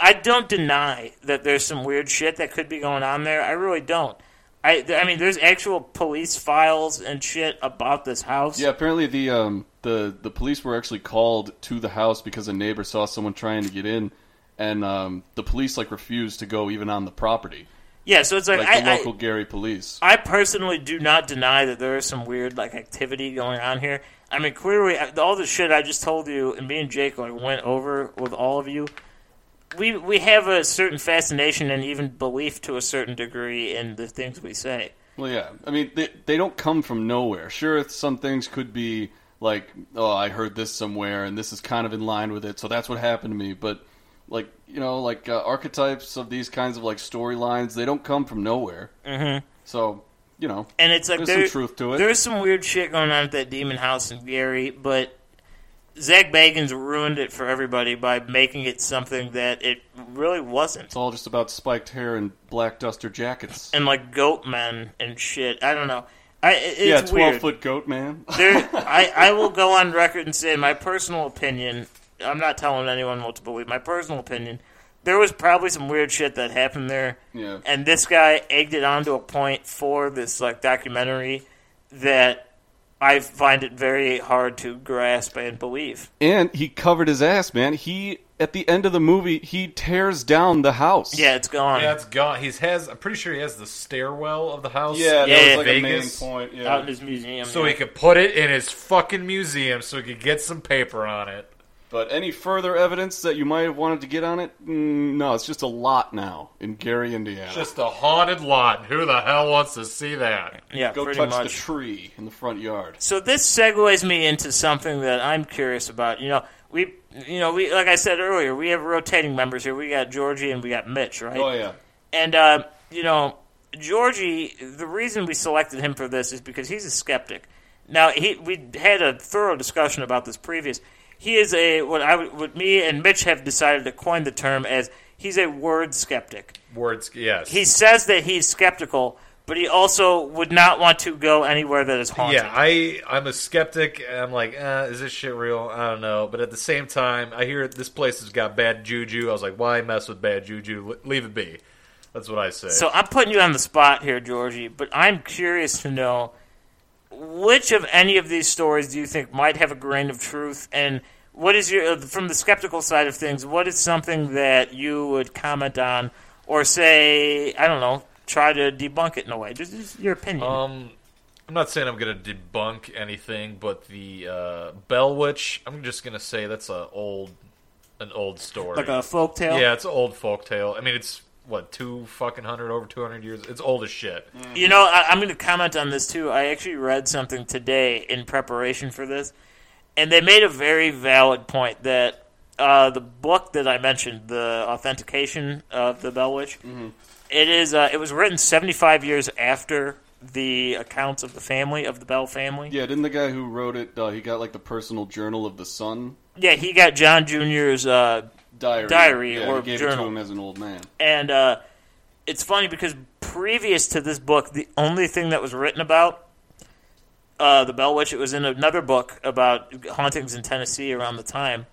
I don't deny that there's some weird shit that could be going on there. I really don't. I, I mean, there's actual police files and shit about this house. Yeah, apparently the um the the police were actually called to the house because a neighbor saw someone trying to get in, and um the police like refused to go even on the property, Yeah, so it's like, like the I, local Gary police. I, I personally do not deny that there is some weird like activity going on here. I mean, clearly, I- all the shit I just told you and me and Jake like went over with all of you. we we have a certain fascination and even belief to a certain degree in the things we say. Well, yeah. I mean, they, they don't come from nowhere. Sure, some things could be like, oh, I heard this somewhere, and this is kind of in line with it, so that's what happened to me. But, like, you know, like uh, archetypes of these kinds of like storylines, they don't come from nowhere. Mm-hmm. So, you know, And it's like There's there- some truth to it. There's some weird shit going on at that demon house in Gary, but Zach Bagans ruined it for everybody by making it something that it really wasn't. it's all just about spiked hair and black duster jackets. And like goat men and shit. I don't know. I it- it's yeah, weird. foot goat man. there, I, I will go on record and say my personal opinion. I'm not telling anyone what to believe. My personal opinion. There was probably some weird shit that happened there. Yeah. And this guy egged it on to a point for this like documentary that I find it very hard to grasp and believe. and he covered his ass, man. He at the end of the movie, he tears down the house. Yeah, it's gone. Yeah, it's gone. He's has. I'm pretty sure he has the stairwell of the house. yeah, that Yeah, was like Vegas. a main point. Yeah. out in his museum. So yeah. he could put it in his fucking museum, so he could get some paper on it. But any further evidence that you might have wanted to get on it? Mm, no, it's just a lot now in Gary, Indiana. Just a haunted lot. Who the hell wants to see that? yeah, go pretty touch much. the tree in the front yard. So this segues me into something that I'm curious about. You know, we, you know, we like I said earlier, we have rotating members here. We got Georgie and we got Mitch, right? Oh yeah, And uh, you know, Georgie, the reason we selected him for this is because he's a skeptic. Now he, we had a thorough discussion about this previous. He is a what I would- what me and Mitch have decided to coin the term as he's a word skeptic. Words, yes. He says that he's skeptical, but he also would not want to go anywhere that is haunted. yeah, I I'm a skeptic. And I'm like, eh, is this shit real? I don't know. But at the same time, I hear this place has got bad juju. I was like, why mess with bad juju? L- leave it be. That's what I say. So I'm putting you on the spot here, Georgie, but I'm curious to know which of any of these stories do you think might have a grain of truth, and what is your from the skeptical side of things? What is something that you would comment on or say? I don't know. Try to debunk it in a way. Just, just your opinion. um, I'm not saying I'm gonna debunk anything, but the uh, Bell Witch. I'm just gonna say that's a old an old story. like a folktale. yeah, it's an old folktale. I mean, it's what two fucking hundred over two hundred years. It's old as shit. You know, I, I'm going to comment on this too. I actually read something today in preparation for this, and they made a very valid point that uh, the book that I mentioned, the authentication of the Bell Witch, it is uh, it was written 75 years after the accounts of the family of the Bell family. yeah. Didn't the guy who wrote it? Uh, he got like the personal journal of the sun Yeah, he got John Jr.'s uh, diary. Diary yeah, or he gave journal. it to him as an old man. and uh, it's funny because previous to this book, the only thing that was written about uh, the Bell Witch, it was in another book about hauntings in Tennessee around the time.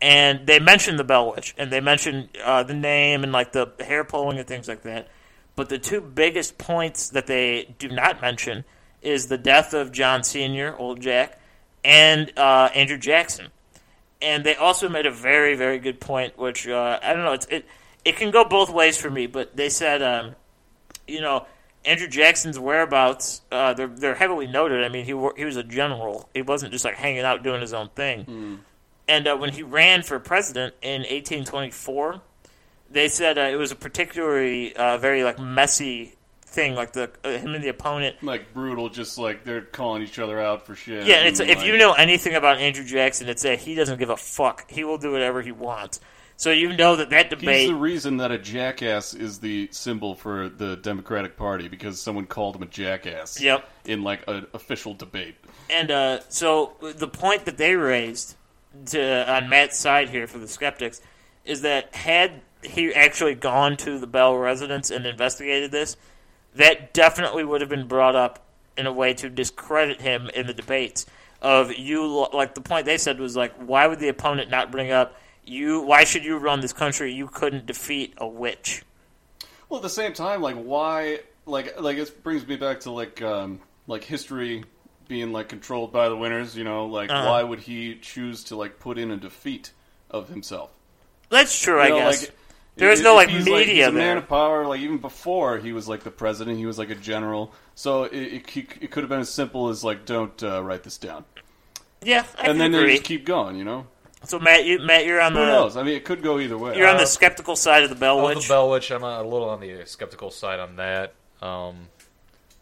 And they mentioned the Bell Witch, and they mentioned uh, the name and like the hair pulling and things like that. But the two biggest points that they do not mention is the death of John Senior, Old Jack, and uh, Andrew Jackson and they also made a very very good point which uh, i don't know it's, it it can go both ways for me but they said um, you know andrew jackson's whereabouts uh, they're, they're heavily noted i mean he, wor- he was a general he wasn't just like hanging out doing his own thing and uh, when he ran for president in 1824 they said uh, it was a particularly uh, very like messy thing like the uh, him and the opponent Like brutal, just like they're calling each other out for shit. yeah, and it's and, if like- you know anything about Andrew Jackson, it's that he doesn't give a fuck. He will do whatever he wants. So you know that that He's debate. the reason that a jackass is the symbol for the Democratic Party because someone called him a jackass. Yep. In like an official debate. and uh, so the point that they raised to on Matt's side here for the skeptics is that had he actually gone to the Bell residence and investigated this, that definitely would have been brought up in a way to discredit him in the debates. Of you, lo- like the point they said was like, why would the opponent not bring up you? Why should you run this country? You couldn't defeat a witch. Well, at the same time, like why? Like like it brings me back to like um like history being like controlled by the winners. You know, like Uh-huh. why would he choose to like put in a defeat of himself? That's true, I You know, guess. like, There is if- no, if like, he's, media he's a man there. of power. Like even before he was like the president, he was like a general. So it, it, he- it could have been as simple as like, don't uh, write this down, yeah, I and then can agree. they just keep going. You know, so Matt, you Matt, you're on who the knows? I mean, it could go either way. you're on the Uh, skeptical side of the Bell Oh, Witch. the Bell Witch. I'm a little on the skeptical side on that. Um,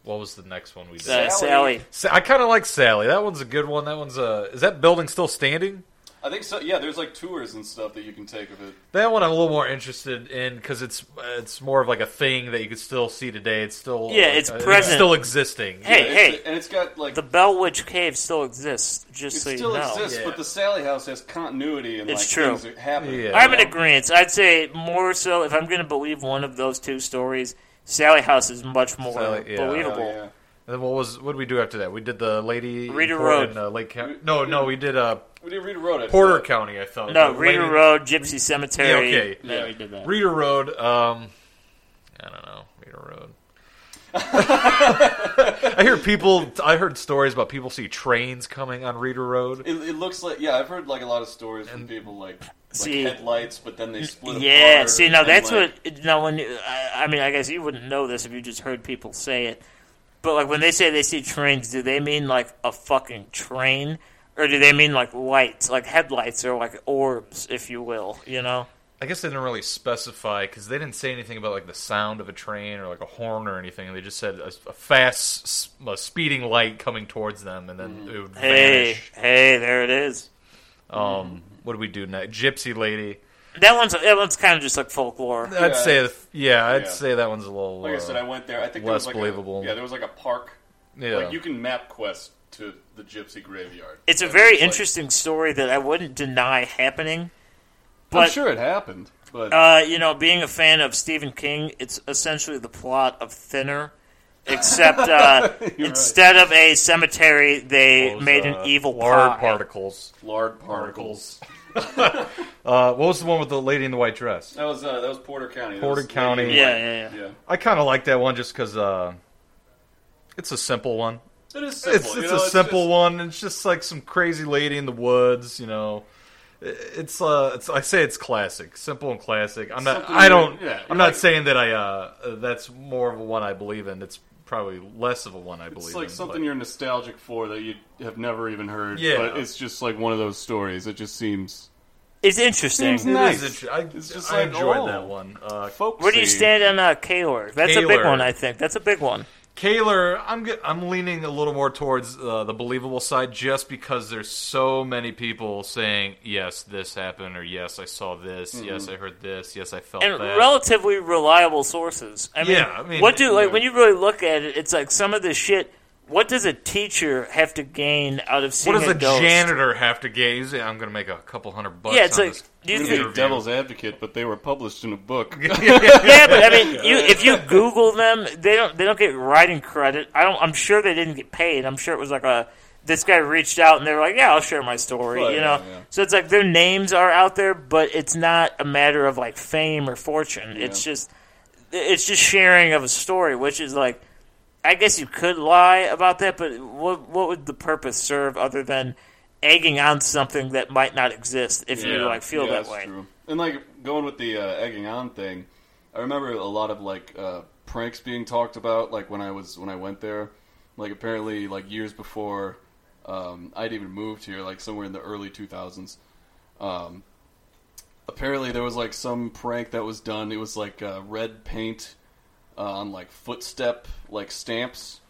what was the next one we did? Uh, Sally. Sa- I kind of like Sally. That one's a good one. That one's a. Is that building still standing? I think so. Yeah, there's like tours and stuff that you can take of it. That one I'm a little more interested in because it's uh, it's more of like a thing that you could still see today. It's still Yeah, like, it's uh, present. still existing. Hey, It's- hey, and it's got like the Bell Witch cave still exists. Just It so still you know, exists, Yeah. but the Sally House has continuity and It's like true. things that happen. Yeah. I'm You in know? agreement. I'd say more so if I'm going to believe one of those two stories. Sally House is much more Sally- yeah. believable. Oh, yeah. And then what was what did we do after that? We did the lady Rita in Port- Road. in, uh, Lake County. No, no, we did uh, We did Rita wrote it. uh, Porter County. I thought No, The Reader lady- Road, Gypsy Cemetery. Yeah, okay. Yeah, we did that. Reader Road. Um, I don't know. Reader Road. I hear people. I heard stories about people see trains coming on Reader Road. It, it looks like yeah. I've heard like a lot of stories from people like like See- headlights, but then they split. Yeah, apart see, now and, that's like, what. Now, when you- I, I mean, I guess you wouldn't know this if you just heard people say it, but like when they say they see trains, do they mean like a fucking train, or do they mean like lights, like headlights, or like orbs, if you will? You know, I guess they didn't really specify because they didn't say anything about like the sound of a train or like a horn or anything. They just said a, a fast, s- a speeding light coming towards them, and then it would hey, vanish. hey, there it is. Um, what do we do next? Gypsy lady. That one's that one's kind of just like folklore. I'd Yeah, say, yeah, I'd yeah. say that one's a little. Like I uh, said, I went there. I think less there was like believable. A, yeah, there was like a park. yeah. Like you can map quest to the Gypsy Graveyard. It's a And very like- interesting story that I wouldn't deny happening. I'm but- sure it happened, but Uh, you know, being a fan of Stephen King, it's essentially the plot of Thinner, except uh, instead of a cemetery, they Those, made uh, an evil lard pie. particles. lard particles. Uh, what was the one with the lady in the white dress? That was uh, that was Porter County. That Porter was- County. Yeah, yeah, yeah. Yeah, I kind of like that one just because uh, it's a simple one. it is simple. It's you it's know, a simple just- one. It's just like some crazy lady in the woods, you know. It's uh, it's I say it's classic, simple and classic. I'm not, Something I don't, you- yeah, you I'm not like- saying that I uh, uh, that's more of a one I believe in. It's probably less of a one I believe It's in. like something but- you're nostalgic for that you have never even heard. Yeah. But it's just like one of those stories. It just seems It's interesting. Seems- It Nice. is inter- I, It's just I like, enjoyed oh. that one. Uh, folksy. Where do you stand on uh, Kaler? That's a big Kaler. one, I think. That's a big one. Kaler, I'm ge- I'm leaning a little more towards uh, the believable side just because there's so many people saying yes, this happened, or yes, I saw this, Mm-hmm. yes, I heard this, yes, I felt And that. relatively reliable sources. I mean, Yeah, I mean- what do like Yeah. when you really look at it? It's like some of this shit What does a teacher have to gain out of seeing What does a, a ghost? janitor have to gaze? Yeah, I'm gonna make a couple hundred bucks. Yeah, it's on like, this do you I'm think gonna be devil's advocate, but they were published in a book. Yeah, but I mean, you, if you Google them, they don't they don't get writing credit. I don't. I'm sure they didn't get paid. I'm sure it was like a this guy reached out and they were like, yeah, I'll share my story. Right, you know, yeah, yeah. so it's like their names are out there, but it's not a matter of like fame or fortune. It's just it's just sharing of a story, which is like. I guess you could lie about that, but what what would the purpose serve other than egging on something that might not exist if you Yeah. like feel yeah, that that's way? True. And like going with the uh, egging on thing, I remember a lot of like uh, pranks being talked about. Like when I was when I went there, like apparently like years before um, I'd even moved here, like somewhere in the early two thousands. Um, apparently there was like some prank that was done. It was like uh, red paint uh, on like footstep like stamps.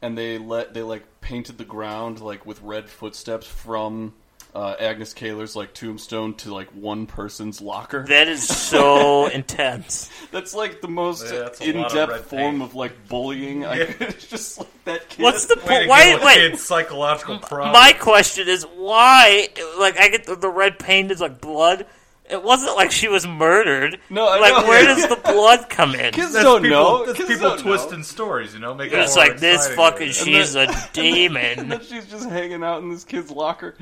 And they let they like painted the ground like with red footsteps from uh, Agnes Kaler's like tombstone to like one person's locker. That is so intense. That's like the most Yeah, that's a lot of red in-depth form paint. of like bullying. I it's just like that kid. What's the Way to point? Why? give a Wait. kid psychological problem. My question is why? Like, I get the, the red paint is like blood. It wasn't like she was murdered. No, I like know. where does the blood come in? kids That's don't people, know? That's Kids people don't know. twisting stories, you know, make it It's more like this exciting. fucking. And then- She's a And demon. then she's just hanging out in this kid's locker.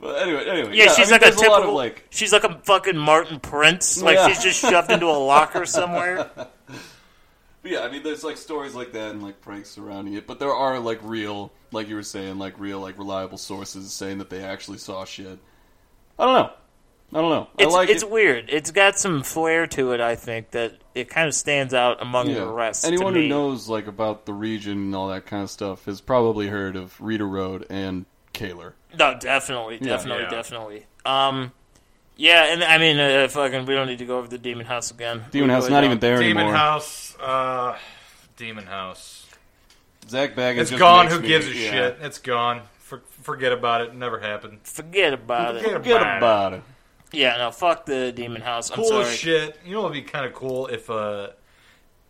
But anyway, anyway. Yeah, she's I mean, like a there's a typical. lot of like she's like a fucking Martin Prince. Like Yeah. she's just shoved into a locker somewhere. But yeah, I mean, there's like stories like that and like pranks surrounding it, but there are like real, like you were saying, like real, like reliable sources saying that they actually saw shit. I don't know. I don't know. It's I like it's it. weird. It's got some flair to it. I think that it kind of stands out among Yeah. the rest. to Anyone me. who knows like about the region and all that kind of stuff has probably heard of Rita Road and Kaler. No, definitely, Yeah. definitely, Yeah. definitely. Um, yeah, and I mean, uh, fucking, we don't need to go over the demon house again. uh, Demon We House really not don't. even there Demon anymore. House. Uh, Demon House. Zach Baggins. It's just gone. makes Who me- gives a yeah. shit? It's gone. For, forget about it. Never happened. Forget about it. Forget about it. Yeah, no, fuck the demon house. I'm Cool sorry. as shit. You know, it'd be kind of cool if uh,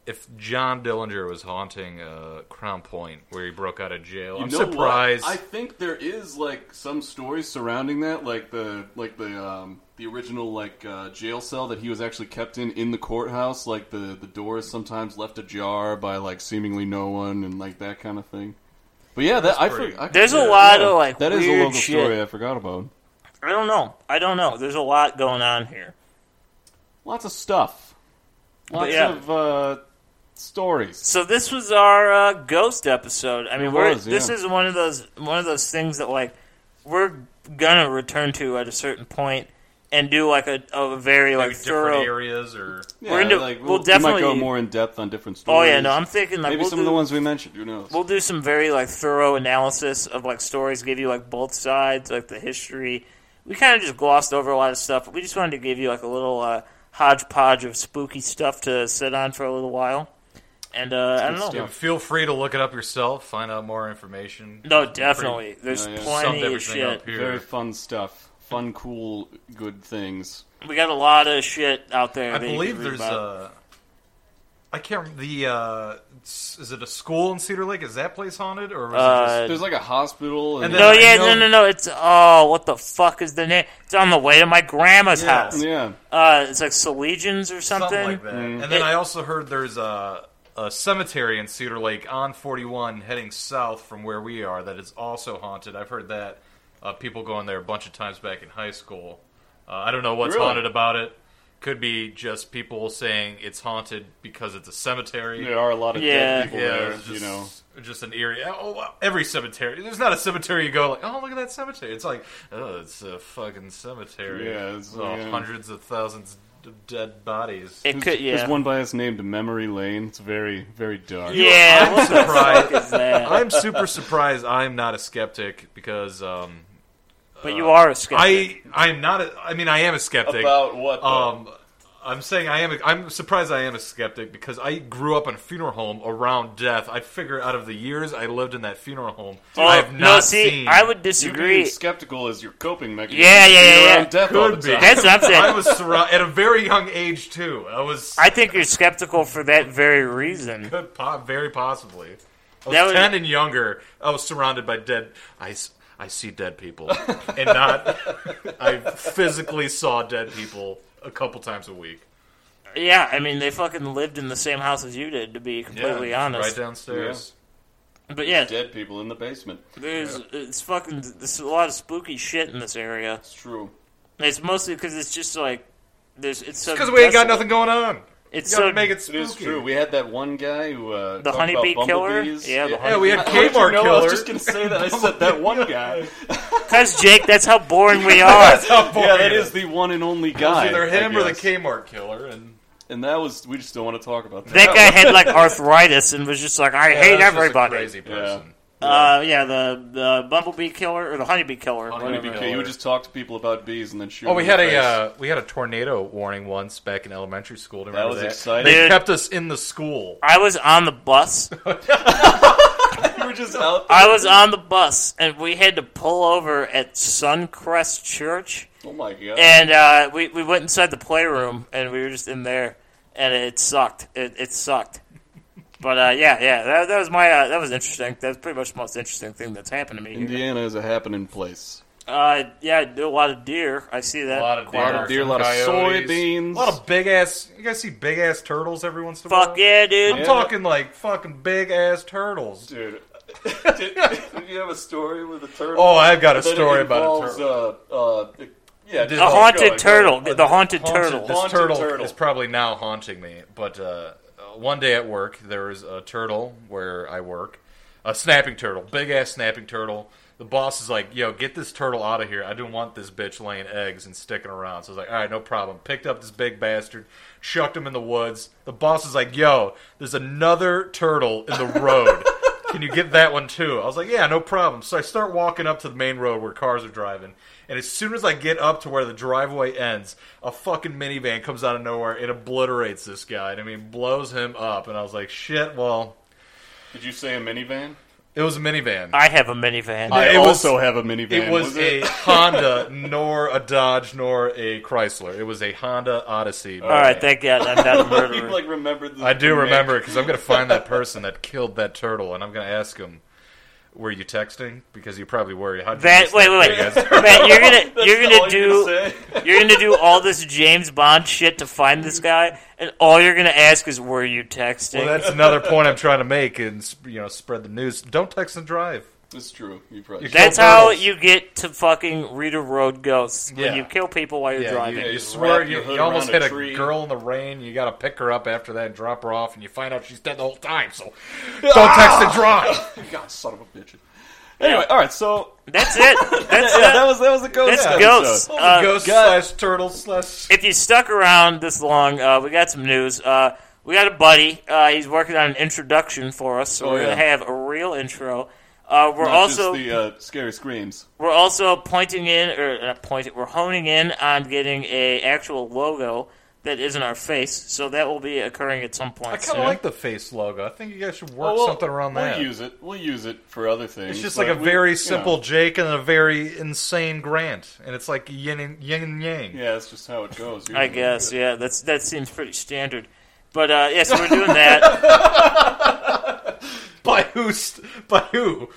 if John Dillinger was haunting uh, Crown Point where he broke out of jail. You I'm know surprised. What? I think there is like some stories surrounding that, like the like the um, the original like uh, jail cell that he was actually kept in in the courthouse. Like the the door is sometimes left ajar by like seemingly no one and like that kind of thing. But yeah, that I, pretty- for, I There's a yeah, lot yeah. of, like, that is weird a local shit. story I forgot about. I don't know. I don't know. There's a lot going on here. Lots of stuff. Lots yeah. of uh, stories. So this was our uh, ghost episode. I mean, we're was, this yeah. is one of those one of those things that like we're gonna return to at a certain point and do like a, a very like Maybe different thorough. areas or Yeah, into- like, we'll we'll, definitely- we might go more in depth on different Oh stories. yeah, no, I'm thinking like maybe we'll some do, of the ones we mentioned. Who knows? We'll do some very like thorough analysis of like stories, give you like both sides, like the history. We kind of just glossed over a lot of stuff, but we just wanted to give you like a little uh, hodgepodge of spooky stuff to sit on for a little while. And uh, I don't know. stuff. feel free to look it up yourself. Find out more information. No, definitely. There's Yeah, yeah. Summed plenty of everything shit. up here. Very fun stuff. Fun, cool, good things. We got a lot of shit out there. I that you believe can read there's about. a. I can't remember the. Uh, s- is it a school in Cedar Lake? Is that place haunted or was it just Uh, There's like a hospital. And, And no, I yeah, know- no, no, no. It's oh, what the fuck is the name? It's on the way to my grandma's Yeah. house. yeah, Uh, it's like Salegians or something. something, like that. And then I also heard there's a, a cemetery in Cedar Lake on 41 heading south from where we are that is also haunted. I've heard that uh, people going there a bunch of times back in high school. Uh, I don't know what's Really? haunted about it. Could be just people saying it's haunted because it's a cemetery. there are a lot of Yeah. dead people Yeah, there. it's you just, know, just an eerie. Oh, wow, every cemetery. There's not a cemetery you go like, oh, look at that cemetery. It's like, oh, it's a fucking cemetery. Yeah, it's- Oh, yeah. hundreds of thousands of dead bodies. It could, yeah. there's one by us named Memory Lane. It's very, very dark. Yeah, what the surprised. fuck is that? I'm super surprised. I'm not a skeptic because um, But you are a skeptic. I I'm not. A, I mean, I am a skeptic. About what? um, I'm saying I am. A, I'm surprised I am a skeptic because I grew up in a funeral home around death. I figure out of the years I lived in that funeral home, I have not Oh, no, see, seen. I would you disagree. being skeptical is your coping mechanism. Yeah, yeah, yeah, Being yeah. around death all Could the be. time. That's what I'm I saying. was surrounded at a very young age too. I was I think you're skeptical for that very reason. could po- very possibly. I That was was- ten and younger. I was surrounded by dead. I, s- I see dead people, and not. I physically saw dead people a couple times a week. Yeah, I mean they fucking lived in the same house as you did, to be completely honest. right downstairs. But yeah, Dead people in the basement. there's it's fucking there's a lot of spooky shit in this area. It's true. It's mostly because it's just like there's it's so Because we ain't got desolate. nothing going on. It's You gotta so make it It spooky. is true. We had that one guy who uh, The talked honeybee about killer? bumblebees. Yeah, the Yeah, we had How did you Kmart know? I was killer. just gonna say that. I said that one guy. because Jake, that's how boring we are. yeah, that is the one and only guy. Either him I or the guess. Kmart killer, and And that was we just don't want to talk about that. That guy had like arthritis and was just like, I Yeah, hate that's just a everybody. crazy person. Uh, yeah, the the bumblebee killer or the honeybee killer. Honeybee killer. He would just talk to people about bees and then shoot. Oh, we them in had the a face. uh, we had a tornado warning once back in elementary school. Do you That remember was that? exciting. They Dude. kept us in the school. I was on the bus. We were just out. There. I was on the bus and we had to pull over at Suncrest Church. Oh my god. Eh. and uh, we we went inside the playroom and we were just in there, and it sucked. It, it sucked. But uh, yeah, yeah, that, that was my uh, that was interesting. That's pretty much the most interesting thing that's happened to me. here. Indiana is a happening place. Uh, yeah, I do a lot of deer. I see that. A lot of A deer, lot of deer, a lot of coyotes, soybeans. a lot of big ass. You guys see big ass turtles every once in a while. Fuck yeah, dude. I'm talking like fucking big ass turtles. Dude, did, did you have a story with a turtle? Oh, I've got a That story about a involves, turtle. Uh, uh, yeah, The just The Oh, go, haunted go. turtle. The haunted Haunted- turtle. This uh, Haunted turtle, turtle. is probably now haunting me. But uh, uh, one day at work, there was a turtle where I work, a snapping turtle, big ass snapping turtle. The boss is like, "Yo, get this turtle out of here. I don't want this bitch laying eggs and sticking around." So I was like, "All right, no problem." Picked up this big bastard, shucked him in the woods. The boss is like, "Yo, there's another turtle in the road." Can you get that one too? I was like, yeah, no problem. So I start walking up to the main road where cars are driving, and as soon as I get up to where the driveway ends, a fucking minivan comes out of nowhere. It obliterates this guy, and I mean, blows him up. And I was like, shit. Well, Did you say a minivan? it was a minivan. I have a minivan. I I it was- also have a minivan. it was, a it? Honda, nor a Dodge, nor a Chrysler. It was a Honda Odyssey. All right, thank God I'm not a You murderer. like remembered? The I do remake. remember it because I'm going to find that person that killed that turtle, and I'm going to ask him, "Were you texting? Because you probably were. How'd you That miss wait, wait, thing?" I wait, said, Matt, you're gonna That's you're all gonna you're do say? You're gonna do all this James Bond shit to find this guy, and all you're gonna ask is, "Were you texting?" Well, that's another point I'm trying to make, and sp- you know, spread the news. Don't text and drive. It's true. You probably. You That's Kill how turtles. you get to fucking Rita Road ghosts when Yeah. you kill people while you're driving. you, you just swear wrap your you, hood you almost around a hit a tree. girl in the rain. You got to pick her up after that and drop her off, and you find out she's dead the whole time. So don't text and drive. God, son of a bitch. Anyway, all right. So That's it. That's yeah, it. that was that was a ghost. That's episode. ghosts. Uh, Ghost God. slash turtle slash. if you stuck around this long, uh, we got some news. Uh, we got a buddy. Uh, he's working on an introduction for us, so Oh, we're yeah. gonna have a real intro. Uh, we're Not also just the uh, scary screams. We're also pointing in, or not pointing, we're honing in on getting a actual logo that isn't our face, so that will be occurring at some I point. kind soon. of like the face logo. I think you guys should work Oh, well, something around we'll that. use it. We'll use it for other things. It's just like a but we- very you know. simple Jake and a very insane Grant, and it's like yin and, yin and yang. Yeah, that's just how it goes. I guess, yeah, that's that seems pretty standard. But uh, yeah, so we're doing that. By who? St- by who?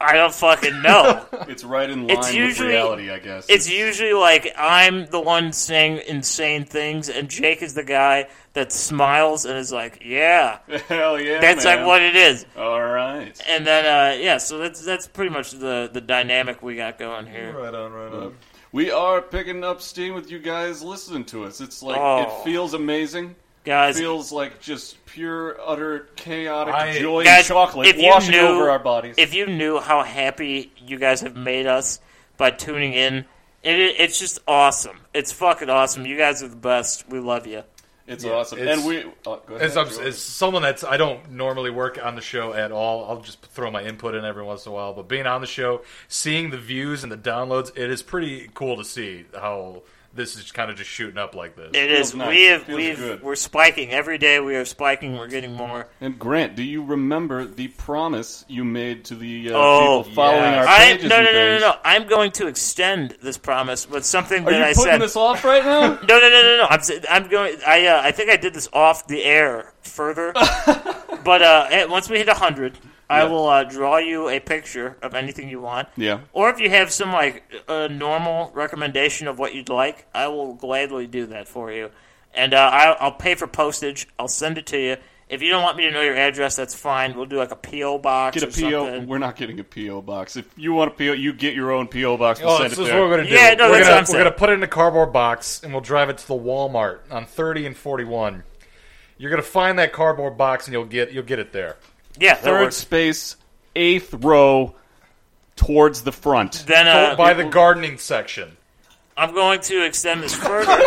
I don't fucking know. It's right in line It's with usually- reality, I guess. It's usually like I'm the one saying insane things, and Jake is the guy that smiles and is like, "Yeah, hell yeah. that's man. like what it is." All right. And then uh, yeah, so that's that's pretty much the the dynamic we got going here. Right on, right on. We are picking up steam with you guys listening to us. It's like Oh. it feels amazing. It Guys, feels like just pure, utter chaotic I- joy Guys, and chocolate if you washing knew- over our bodies. if you knew how happy you guys have made us by tuning in, it, it's just awesome. It's fucking awesome. You guys are the best. We love you. it's awesome. it's- and we oh, go ahead, As, I'm, Joe. as someone that's I don't normally work on the show at all, I'll just throw my input in every once in a while. But being on the show, seeing the views and the downloads, it is pretty cool to see how this is kind of just shooting up like this. It Feels is. nice. We have. Feels We've, good. we're spiking every day. We are spiking. We're getting more. and Grant, do you remember the promise you made to the uh, Oh, people following our yes. I pages? no no no and no no. things? I'm going to extend this promise with something Are that you I putting said. this off right now? No, no, no, no, no. I'm, s- I'm going. I, uh, I think I did this off the air further, but uh, eh, once we hit hundred, I will uh, draw you a picture of anything you want. Yeah. Or if you have some like uh, normal recommendation of what you'd like, I will gladly do that for you. And uh, I, I'll pay for postage. I'll send it to you. If you don't want me to know your address, that's fine. We'll do like a PO box. Get a or PO. Something. We're not getting a PO box. If you want a PO, you get your own PO box. We'll Oh, send this it is there. what we're gonna do. Yeah, no, we're that's what gonna I'm saying. we're gonna put it in a cardboard box and we'll drive it to the Walmart on 30 and 41. You're gonna find that cardboard box and you'll get you'll get it there. Yeah, that Third works. space, eighth row, towards the front. Then uh, By the gardening section. I'm going to extend this further.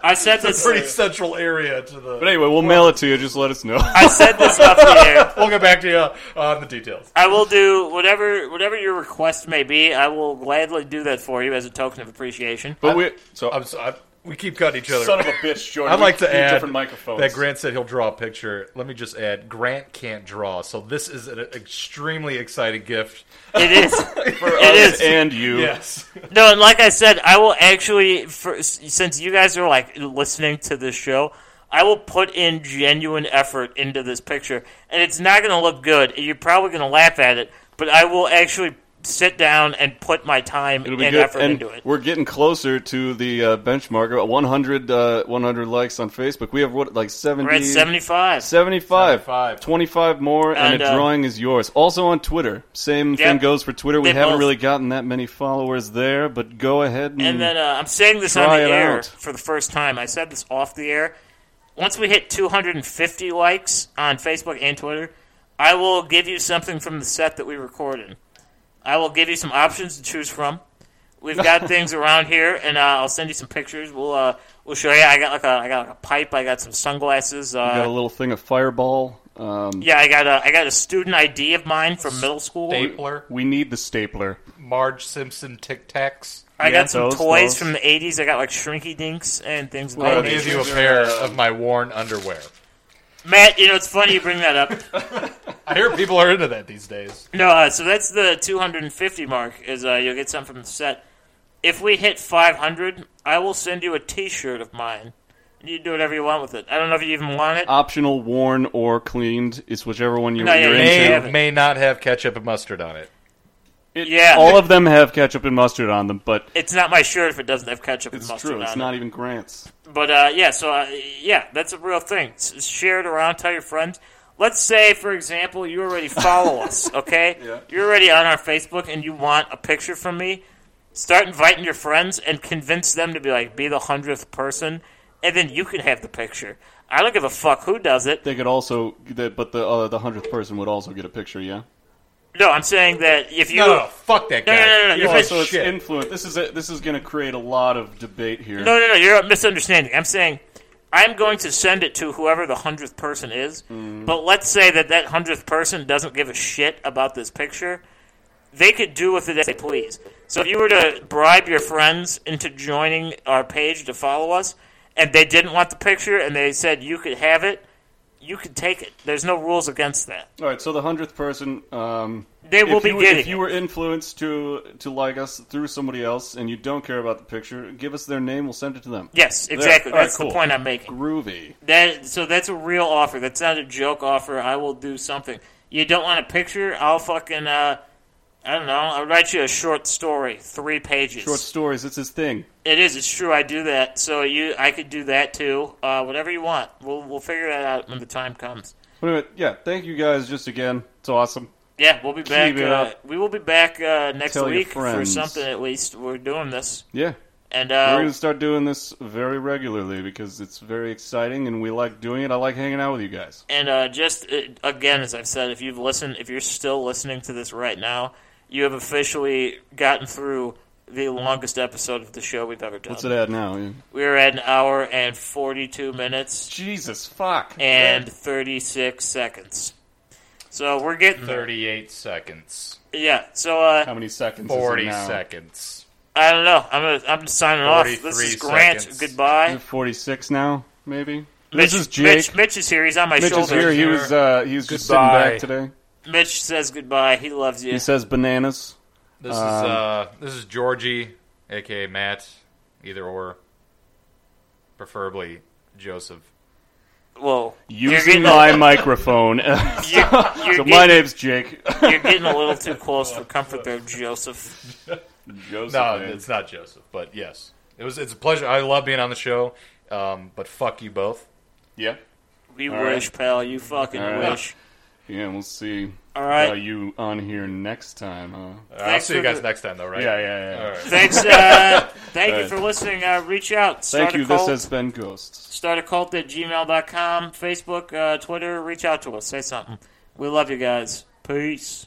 I said this. Pretty central area to the. But anyway, we'll mail it to you. Just let us know. I said this off the air. We'll get back to you uh, on the details. I will do whatever whatever your request may be. I will gladly do that for you as a token of appreciation. But we so I'm so, I, we keep cutting each other. son of a bitch, Jordan. I'd we like to need add different microphones. that Grant said he'll draw a picture. Let me just add, Grant can't draw, so this is an extremely exciting gift. It is. it Us is. and you. Yes. No, and like I said, I will actually, for, since you guys are like listening to this show, I will put in genuine effort into this picture, and it's not going to look good. and You're probably going to laugh at it, but I will actually sit down and put my time It'll and be good. effort and into it. we're getting closer to the uh, benchmark. Uh, 100, uh, 100 likes on Facebook. We have what like 70 We're at 75. 75, 75. 25 more, and, And, a uh, drawing is yours. Also on Twitter, same Yeah. thing goes for Twitter. We They haven't both- really gotten that many followers there, but go ahead and, And then uh, I'm saying this on Try the it air out. for the first time. I said this off the air. Once we hit 250 likes on Facebook and Twitter, I will give you something from the set that we recorded. I will give you some options to choose from. We've got things around here, and uh, I'll send you some pictures. We'll uh, we'll show you. I got like a I got like a pipe. I got some sunglasses. Uh, got a little thing of Fireball. Um, yeah, I got a I got a student ID of mine from middle school. Stapler, we need the stapler. Marge Simpson, Tic Tacs. I yeah, got some those- toys those. from the '80s. I got like Shrinky Dinks and things. of I'll uh, that give nature. you a pair of my worn underwear. Matt, you know it's funny you bring that up. I hear people are into that these days. No, uh, so that's the 250 mark. Is uh, you'll get something from the set. If we hit 500, I will send you a T-shirt of mine. You can do whatever you want with it. I don't know if you even want Uh, it. Optional, worn, or cleaned. It's whichever one you're, No, yeah, you're yeah, into. yeah, yeah. May may not have ketchup and mustard on it. It- Yeah. All of them have ketchup and mustard on them, but It's not my shirt if it doesn't have ketchup and it's mustard true. on It's it. not even Grant's. But uh, yeah, so uh, yeah, that's a real thing. S- share it around, tell your friends. Let's say, for example, you already follow us, okay? You're already on our Facebook and you want a picture from me. Start inviting your friends and convince them to be like, be the hundredth person, and then you can have the picture. I don't give a fuck who does it. They could also, the, but the uh, the hundredth person would also get a picture. Yeah. No, I'm saying that if you No, no, no, Oh, fuck that guy. no, no, no, no, You're you're a Oh, So it's shit. influent. This is a, this is going to create a lot of debate here. No, no, no. You're misunderstanding. I'm saying I'm going to send it to whoever the hundredth person is. Mm. But let's say that that hundredth person doesn't give a shit about this picture. They could do with it as they please. So if you were to bribe your friends into joining our page to follow us, and they didn't want the picture, and they said you could have it, you could take it. There's no rules against that. All right. So the hundredth person, um, They will if be you, getting If you it. were influenced to to like us through somebody else, and you don't care about the picture, give us their name. We'll send it to them. Yes, There. exactly. All right, That's cool. the point I'm making. Groovy. That so that's a real offer. That's not a joke offer. I will do something. You don't want a picture? I'll fucking uh, I don't know. I'll write you a short story, three pages. Short stories. It's his thing. It is. It's true. I do that. So you, I could do that too. Uh, whatever you want. We'll we'll figure that out when the time comes. But anyway, yeah. Thank you guys. Just again, it's awesome. Yeah, we'll be back. it Uh, up. we will be back uh, next Tell your week for friends. something. At least we're doing this, Yeah. and We're uh, going to start doing this very regularly because it's very exciting and we like doing it. I like hanging out with you guys. And uh, just uh, again, as I've said, if you've listened, if you're still listening to this right now, you have officially gotten through the longest episode of the show we've ever done. What's it at now? We're at an hour and 42 minutes Jesus, fuck. and 36 seconds. So we're getting there. 38 seconds. Yeah. So uh, How many seconds? 40 is it now? seconds. I don't know. I'm gonna, I'm signing off. This 43 is Grant. seconds. Is Goodbye. it 46 now, maybe? Mitch, this is Jake. Mitch, Mitch is here. He's on my Mitch is shoulder. here. He was, uh, he was just sitting back Goodbye. today. Mitch says goodbye. He loves you. He says bananas. This is uh, this is Georgie, aka Matt, either or, preferably Joseph. Whoa. You're Using getting a- my microphone. You're, you're so getting, my name's Jake. you're getting a little too close for comfort there, Joseph. Joseph. No, man. it's not Joseph, but yes, it was. It's a pleasure. I love being on the show, um, but fuck you both. yeah. We All right. wish, pal. You fucking All right. wish. Yeah, and we'll see. All right. uh, you on here next time, huh? I'll Thanks see you for guys the- next time, though, right? Yeah, yeah, yeah. All right. Thanks. Uh, thank you right. for listening. Uh, reach out. Start Thank you. A cult, This has been Ghosts. start a cult at gmail.com, Facebook, uh, Twitter. Reach out to us. Say something. We love you guys. Peace.